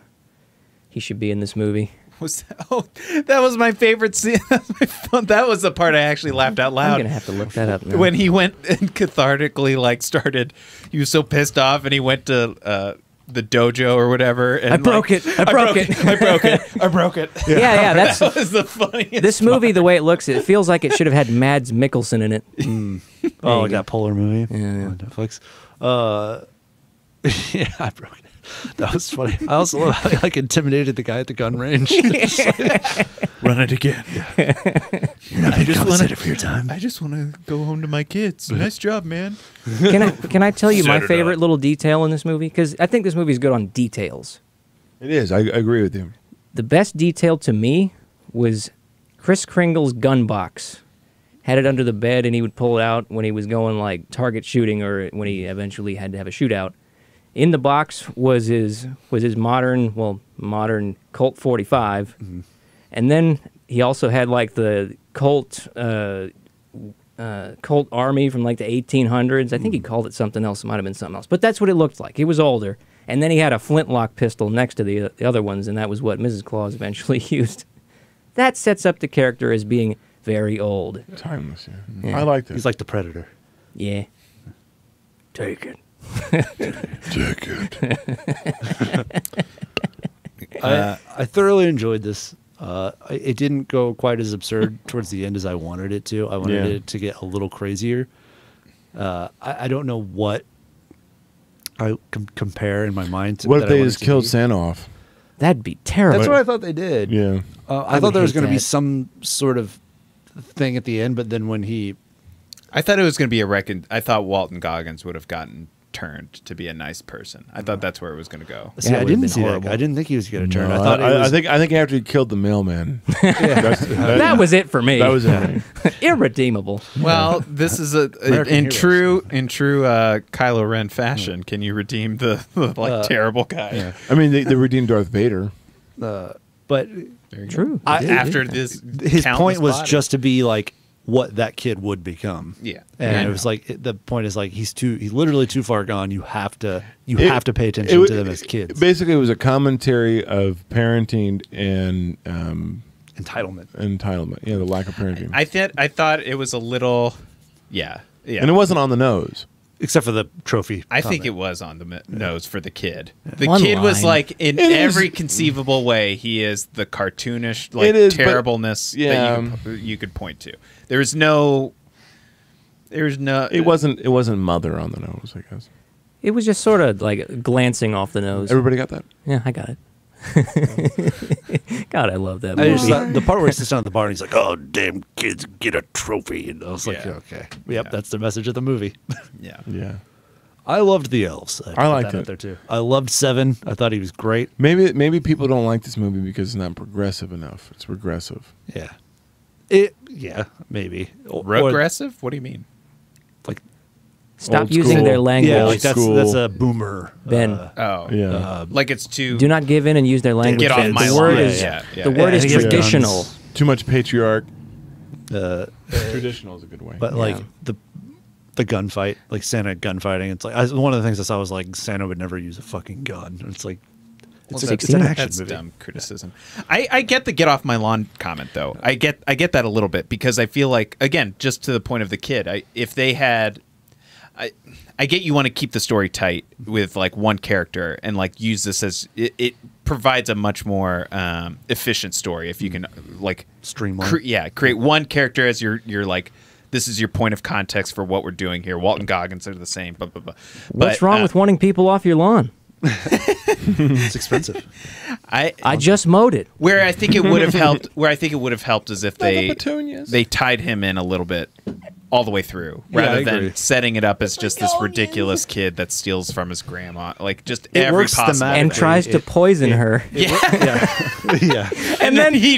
Speaker 3: He should be in this movie.
Speaker 1: Was that, oh, that was my favorite scene. That was my fun- that was the part I actually laughed out
Speaker 3: I'm
Speaker 1: loud.
Speaker 3: gonna have to look that up. Now.
Speaker 1: when he went and cathartically like started he was so pissed off and he went to uh the dojo or whatever and
Speaker 3: I broke
Speaker 1: like,
Speaker 3: it. I broke it.
Speaker 1: i broke it i broke it
Speaker 3: yeah, yeah, that's
Speaker 1: that was the funniest
Speaker 3: this movie. The way it looks, it feels like it should have had Mads Mikkelsen in it.
Speaker 5: oh, like that polar movie on Netflix. Uh, yeah, I broke it. That was funny. I also love how he like intimidated the guy at the gun range.
Speaker 1: run it again
Speaker 5: You're not
Speaker 1: just wanna- compensated
Speaker 5: for your time.
Speaker 1: i just want to go home to my kids nice job man
Speaker 3: Can I can I tell you my favorite little detail in this movie? Because I think this movie is good on details.
Speaker 2: It is. I, I agree with you.
Speaker 3: The best detail to me was Chris Kringle's gun box. Had it under the bed, and he would pull it out when he was going like target shooting, or when he eventually had to have a shootout. In the box was his was his modern well modern Colt 45, and then he also had like the Colt uh, uh, Colt Army from like the 1800s. I think he called it something else. It might have been something else, but that's what it looked like. He was older, and then he had a flintlock pistol next to the, the other ones, and that was what Mrs. Claus eventually used. That sets up the character as being very old.
Speaker 2: Timeless. Yeah. I liked it.
Speaker 5: He's like the predator.
Speaker 3: Yeah. Take it.
Speaker 5: I, I thoroughly enjoyed this. Uh, I- it didn't go quite as absurd towards the end as I wanted it to. I wanted
Speaker 2: Yeah.
Speaker 5: it to get a little crazier. Uh, I, I don't know what I com- compare in my mind. To,
Speaker 2: What
Speaker 5: that
Speaker 2: if
Speaker 5: I
Speaker 2: they
Speaker 5: want it
Speaker 2: just
Speaker 5: to
Speaker 2: killed
Speaker 5: be.
Speaker 2: Santa off?
Speaker 3: That'd be terrible.
Speaker 5: That's what I thought they did.
Speaker 2: Yeah.
Speaker 5: Uh,
Speaker 3: I
Speaker 5: I,
Speaker 3: would
Speaker 5: thought there was
Speaker 3: hate
Speaker 5: going to be
Speaker 3: that.
Speaker 5: some sort of thing at the end, but then when he
Speaker 1: I thought it was going to be a reckon. I thought Walton Goggins would have gotten turned to be a nice person. I thought Mm. that's where it was going to go.
Speaker 5: See,
Speaker 3: it
Speaker 5: I
Speaker 3: would've
Speaker 5: didn't
Speaker 3: been
Speaker 5: see that.
Speaker 3: horrible.
Speaker 5: guy. I didn't think he was going to turn.
Speaker 2: No,
Speaker 5: I thought
Speaker 2: I,
Speaker 5: it was,
Speaker 2: I think I think after he killed the mailman. That's-
Speaker 3: that was it for me.
Speaker 2: that was it.
Speaker 3: irredeemable.
Speaker 1: Well, this is a, a
Speaker 5: American
Speaker 1: in
Speaker 5: heroes.
Speaker 1: true in true uh, Kylo Ren fashion. Can you redeem the, the like terrible guy?
Speaker 2: I mean, they, they redeemed Darth Vader.
Speaker 5: but
Speaker 3: True.
Speaker 1: I, after this,
Speaker 5: his point
Speaker 1: countless
Speaker 5: was
Speaker 1: bodies.
Speaker 5: just to be like what that kid would become.
Speaker 1: Yeah.
Speaker 5: and
Speaker 1: Yeah, I
Speaker 5: it was
Speaker 1: know.
Speaker 5: like it- the point is like he's too he's literally too far gone. You have to you
Speaker 2: It-
Speaker 5: have to pay
Speaker 2: it
Speaker 5: attention
Speaker 2: wa-
Speaker 5: to them as kids.
Speaker 2: Basically, it was a commentary of parenting and um,
Speaker 5: Entitlement.
Speaker 2: entitlement. Yeah, the lack of parenting.
Speaker 1: I thought I thought it was a little, yeah, yeah.
Speaker 2: And it wasn't on the nose.
Speaker 5: Except for the trophy.
Speaker 1: I think it
Speaker 5: comment.
Speaker 1: was on the m- nose for the kid. The
Speaker 8: One
Speaker 1: kid was
Speaker 8: line.
Speaker 1: like in
Speaker 2: It is-
Speaker 1: every conceivable way. He is the cartoonish, like
Speaker 2: It is, but-
Speaker 1: terribleness
Speaker 2: yeah.
Speaker 1: that you could, po- you could point to. There is no, there is no.
Speaker 2: It wasn't. It wasn't mother on the nose. I guess
Speaker 3: It was just sort of like glancing off the nose.
Speaker 2: everybody got that.
Speaker 3: yeah, I got it. God, I love that
Speaker 5: I just
Speaker 3: movie.
Speaker 5: thought, the part where he sits down at the bar and he's like, "Oh, damn kids, get a trophy," and I was like,
Speaker 1: Yeah.
Speaker 5: "Okay, yep,
Speaker 1: Yeah.
Speaker 5: that's the message of the movie."
Speaker 1: Yeah.
Speaker 2: Yeah.
Speaker 5: I loved the elves.
Speaker 2: I
Speaker 5: put
Speaker 2: liked
Speaker 5: that out
Speaker 2: it.
Speaker 5: there too. I loved Seven. I thought he was great.
Speaker 2: Maybe maybe people don't like this movie because it's not progressive enough. It's regressive.
Speaker 5: Yeah. It yeah, maybe. Or- or,
Speaker 1: Regressive? what do you mean?
Speaker 5: like
Speaker 3: Stop
Speaker 2: old
Speaker 3: using
Speaker 2: school.
Speaker 3: their language.
Speaker 5: yeah,
Speaker 2: old
Speaker 5: like that's
Speaker 2: school.
Speaker 5: that's a boomer.
Speaker 3: Ben.
Speaker 5: uh,
Speaker 1: Oh,
Speaker 2: Yeah.
Speaker 1: Like it's too.
Speaker 3: Do not give in and use their language.
Speaker 1: off
Speaker 3: the
Speaker 1: my
Speaker 3: word
Speaker 1: lawn.
Speaker 3: is
Speaker 1: Yeah, yeah,
Speaker 3: the
Speaker 1: yeah.
Speaker 3: word
Speaker 5: Yeah,
Speaker 3: is
Speaker 5: he has guns.
Speaker 3: traditional.
Speaker 2: Too much patriarch.
Speaker 5: uh,
Speaker 2: Traditional is a good way.
Speaker 5: but like
Speaker 3: Yeah.
Speaker 5: the the gunfight, like Santa gunfighting. It's like I, one of the things I saw was like Santa would never use a fucking gun. And It's like it's, a, it's an action
Speaker 1: That's
Speaker 5: movie.
Speaker 1: dumb criticism. I, I get the get off my lawn comment though. I get I get that a little bit because I feel like again, just to the point of the kid, I if they had I I get you want to keep the story tight with like one character and like use this as it, it provides a much more um, efficient story if you can like
Speaker 5: Streamline.
Speaker 1: cre- yeah, create one character as your your like this is your point of context for what we're doing here. Walton Goggins are the same. Blah, blah, blah.
Speaker 3: What's
Speaker 1: But,
Speaker 3: wrong
Speaker 1: uh,
Speaker 3: with wanting people off your lawn?
Speaker 5: It's expensive.
Speaker 1: I
Speaker 3: I just mowed it.
Speaker 1: Where I think it would have helped, where I think it would have helped is if they
Speaker 2: petunias.
Speaker 1: they tied him in a little bit all the way through,
Speaker 5: Yeah, I
Speaker 1: rather
Speaker 5: agree.
Speaker 1: than setting it up as just this ridiculous kid that steals from his grandma, like just
Speaker 5: It
Speaker 1: every
Speaker 5: works
Speaker 1: possible.
Speaker 5: thematically.
Speaker 3: And
Speaker 5: it-
Speaker 3: tries to
Speaker 5: it-
Speaker 3: poison her.
Speaker 5: yeah. yeah.
Speaker 3: and then he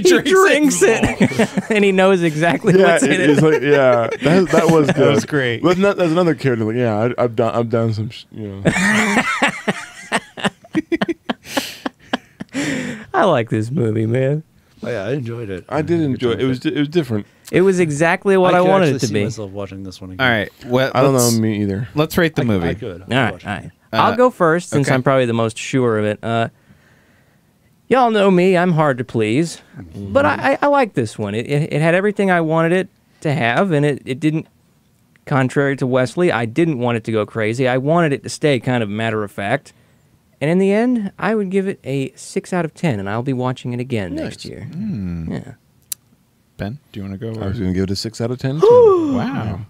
Speaker 3: drinks, it, and he knows exactly
Speaker 2: yeah,
Speaker 3: what's in
Speaker 2: it-
Speaker 3: it.
Speaker 2: it's like yeah, that, that was good.
Speaker 5: was great.
Speaker 2: But not, that's another character. Like yeah, I, I've done I've done some sh- you know.
Speaker 3: I like this movie, man.
Speaker 5: Oh, Yeah, I enjoyed it.
Speaker 2: I did enjoy. It was di- it was different.
Speaker 3: It was exactly what I,
Speaker 5: could
Speaker 3: wanted
Speaker 5: actually
Speaker 3: it to
Speaker 5: see
Speaker 3: be.
Speaker 5: myself watching this one again.
Speaker 1: All right, well,
Speaker 2: I don't know
Speaker 1: let's-
Speaker 2: me either.
Speaker 1: Let's rate the movie.
Speaker 5: I could.
Speaker 3: All right, all right. I'll
Speaker 1: Uh,
Speaker 3: go first since
Speaker 1: okay.
Speaker 3: I'm probably the most sure of it. Uh, y'all know me; I'm hard to please, but I, I, I like this one. It, it it had everything I wanted it to have, and it, it didn't. Contrary to Wesley, I didn't want it to go crazy. I wanted it to stay kind of matter of fact. And in the end, I would give it a six out of ten, and I'll be watching it again next year.
Speaker 1: Hmm.
Speaker 3: Yeah.
Speaker 1: Ben, do you want to go?
Speaker 2: I was
Speaker 1: Or?
Speaker 2: gonna give it a six out of ten.
Speaker 1: Wow,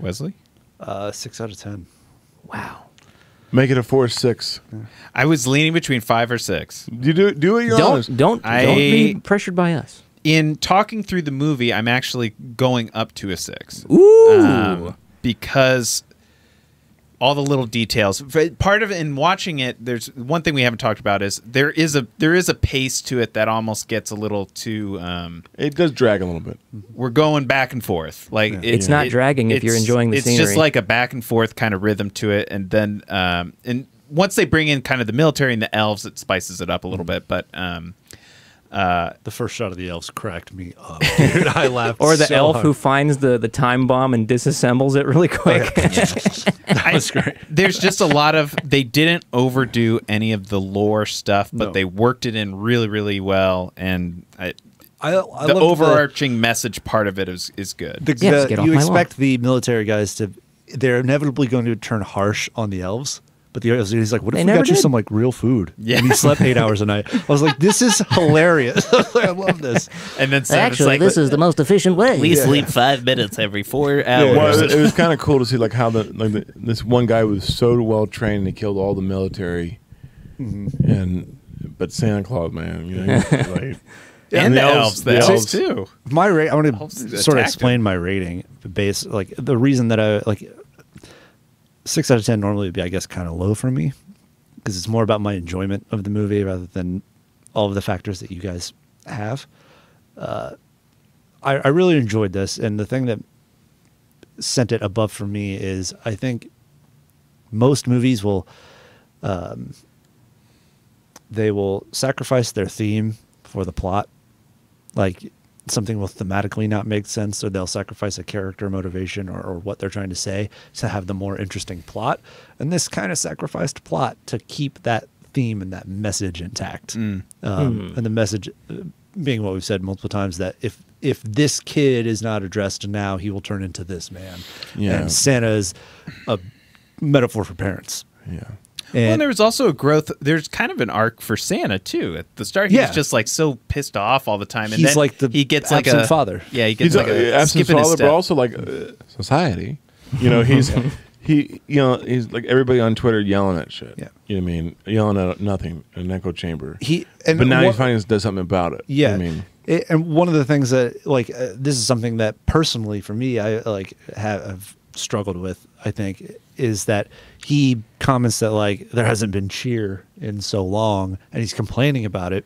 Speaker 1: Wesley.
Speaker 5: Uh, six out of ten.
Speaker 3: Wow.
Speaker 2: Make it a four six.
Speaker 1: I was leaning between five or six.
Speaker 2: You do do it. You're honest.
Speaker 3: Don't don't
Speaker 1: I-
Speaker 3: don't be pressured by us.
Speaker 1: In talking through the movie, I'm actually going up to a six.
Speaker 3: Ooh.
Speaker 1: um, because all the little details. F- Part of it in watching it, there's one thing we haven't talked about is there is a there is a pace to it that almost gets a little too. Um,
Speaker 2: It does drag a little bit.
Speaker 1: we're going back and forth. Like it-
Speaker 3: It's not
Speaker 1: it-
Speaker 3: dragging if you're
Speaker 1: it's-
Speaker 3: enjoying the
Speaker 1: It's
Speaker 3: scenery.
Speaker 1: just like a back and forth kind of rhythm to it, and then um, and once they bring in kind of the military and the elves, it spices it up a little bit. But um,
Speaker 5: The first shot of the elves cracked me up, dude. I laughed.
Speaker 3: Or the
Speaker 5: so
Speaker 3: elf
Speaker 5: hard.
Speaker 3: who finds the, the time bomb and disassembles it really quick.
Speaker 1: I- There's just a lot of they didn't overdo any of the lore stuff, but
Speaker 5: No.
Speaker 1: they worked it in really, really well, and I,
Speaker 5: I, I
Speaker 1: the
Speaker 5: loved
Speaker 1: overarching message part of it is is good.
Speaker 5: The,
Speaker 3: Yes,
Speaker 5: the-
Speaker 3: get off
Speaker 5: you
Speaker 3: my
Speaker 5: expect the military guys to they're inevitably going to turn harsh on the elves. But the elves, he's like, "What if
Speaker 3: They
Speaker 5: we
Speaker 3: never
Speaker 5: got you
Speaker 3: did.
Speaker 5: some like real food?"
Speaker 1: Yeah.
Speaker 5: and he slept eight hours a night. I was like, "This is hilarious! I love this."
Speaker 1: And then Simon's
Speaker 7: Actually,
Speaker 1: like,
Speaker 7: this is the most efficient way.
Speaker 9: We sleep five minutes every four hours.
Speaker 2: Well, it, it was kind of cool to see like how the like the, this one guy was so well trained and killed all the military,
Speaker 5: Mm-hmm.
Speaker 2: and but Santa Claus, man, you know, he was like,
Speaker 1: and the elves, the elves
Speaker 2: elves.
Speaker 1: too.
Speaker 5: My rate, I want
Speaker 1: Elves
Speaker 5: to sort of
Speaker 1: attacked
Speaker 5: explain my rating based like the reason that I like six out of ten normally would be I guess kind of low for me because it's more about my enjoyment of the movie rather than all of the factors that you guys have. Uh, I, I really enjoyed this, and the thing that sent it above for me is I think most movies will um, they will sacrifice their theme for the plot like something will thematically not make sense or they'll sacrifice a character motivation or, or what they're trying to say to have the more interesting plot and this kind of sacrificed plot to keep that theme and that message intact Um,
Speaker 1: Hmm.
Speaker 5: and the message uh, being what we've said multiple times that if if this kid is not addressed now he will turn into this man
Speaker 2: Yeah.
Speaker 5: and santa is a metaphor for parents
Speaker 2: yeah.
Speaker 1: Well,
Speaker 5: and
Speaker 1: and there was also a growth. There's kind of an arc for Santa too. At the start,
Speaker 5: Yeah.
Speaker 1: he's just like so pissed off all the time, and
Speaker 5: He's
Speaker 1: then
Speaker 5: like the
Speaker 1: he gets like
Speaker 5: absent
Speaker 1: a
Speaker 5: father.
Speaker 1: Yeah, he gets
Speaker 2: He's
Speaker 1: like a,
Speaker 2: a, absent
Speaker 1: skipping his
Speaker 2: father, but
Speaker 1: step.
Speaker 2: also like uh, society. You know, he's he, you know, he's like everybody on Twitter yelling at shit.
Speaker 5: Yeah.
Speaker 2: you know what I mean, yelling at nothing, an echo chamber.
Speaker 5: He- and
Speaker 2: but now
Speaker 5: what-
Speaker 2: he's finally does something about it.
Speaker 5: Yeah.
Speaker 2: I mean,
Speaker 5: It- and one of the things that like uh, this is something that personally for me I like have, have struggled with I think is that he comments that like there hasn't been cheer in so long and he's complaining about it.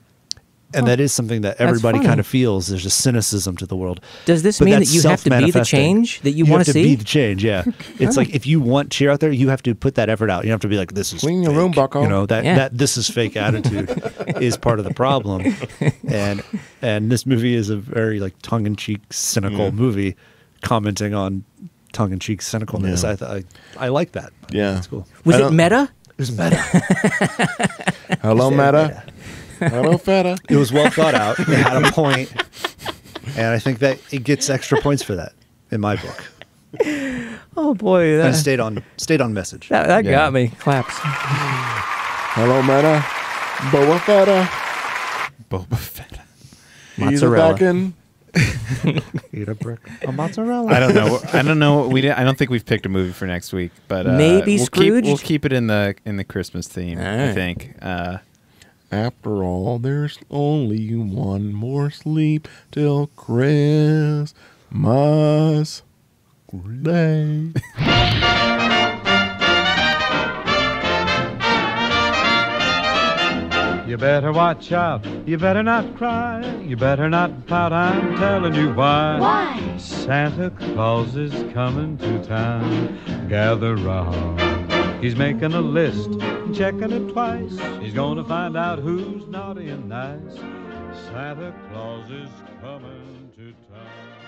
Speaker 5: And that is something that everybody
Speaker 7: funny.
Speaker 5: kind of feels. There's just cynicism to the world.
Speaker 7: Does this
Speaker 5: But
Speaker 7: mean
Speaker 5: that's
Speaker 7: that you have to be the
Speaker 5: self-manifesting.
Speaker 7: change that you
Speaker 5: have
Speaker 7: wanna
Speaker 5: to
Speaker 7: see?
Speaker 5: Be the change, yeah. It's like if you want cheer out there, you have to put that effort out. You have to be like, "This is
Speaker 2: Clean your
Speaker 5: fake.
Speaker 2: room, bucko.
Speaker 5: You know that
Speaker 7: Yeah.
Speaker 5: that this is fake attitude is part of the problem, and and this movie is a very like tongue in cheek, cynical movie, commenting on tongue in cheek cynicalness.
Speaker 2: Yeah.
Speaker 5: I, th- I I like that.
Speaker 2: Yeah.
Speaker 5: it's cool.
Speaker 7: Was
Speaker 2: I
Speaker 7: it
Speaker 2: don't-
Speaker 7: meta?
Speaker 5: It was meta.
Speaker 2: hello, Meta. hello, Feta.
Speaker 5: it was well thought out. It had a point, and I think that it gets extra points for that in my book.
Speaker 3: Oh boy,
Speaker 5: And it
Speaker 3: that
Speaker 5: stayed on stayed on message.
Speaker 3: that, that
Speaker 2: Yeah.
Speaker 3: got me. Claps.
Speaker 2: Hello, Meta. Boba Feta.
Speaker 1: Boba Fett.
Speaker 2: He's a
Speaker 5: Mozzarella.
Speaker 2: Falcon.
Speaker 5: Eat a brick. A mozzarella.
Speaker 1: I don't know. I don't know. We didn't, I don't think we've picked a movie for next week, but uh,
Speaker 7: Maybe
Speaker 1: we'll keep, we'll
Speaker 7: Scrooged?
Speaker 1: keep it in the in the Christmas theme. I
Speaker 2: Alright.
Speaker 1: think. Uh,
Speaker 2: After all, there's only one more sleep till Christmas Day.
Speaker 10: You better watch out. You better not cry. You better not pout. I'm telling you why. Why? Santa Claus is coming to town. Gather round. He's making a list, checking it twice. He's gonna find out who's naughty and nice. Santa Claus is coming to town.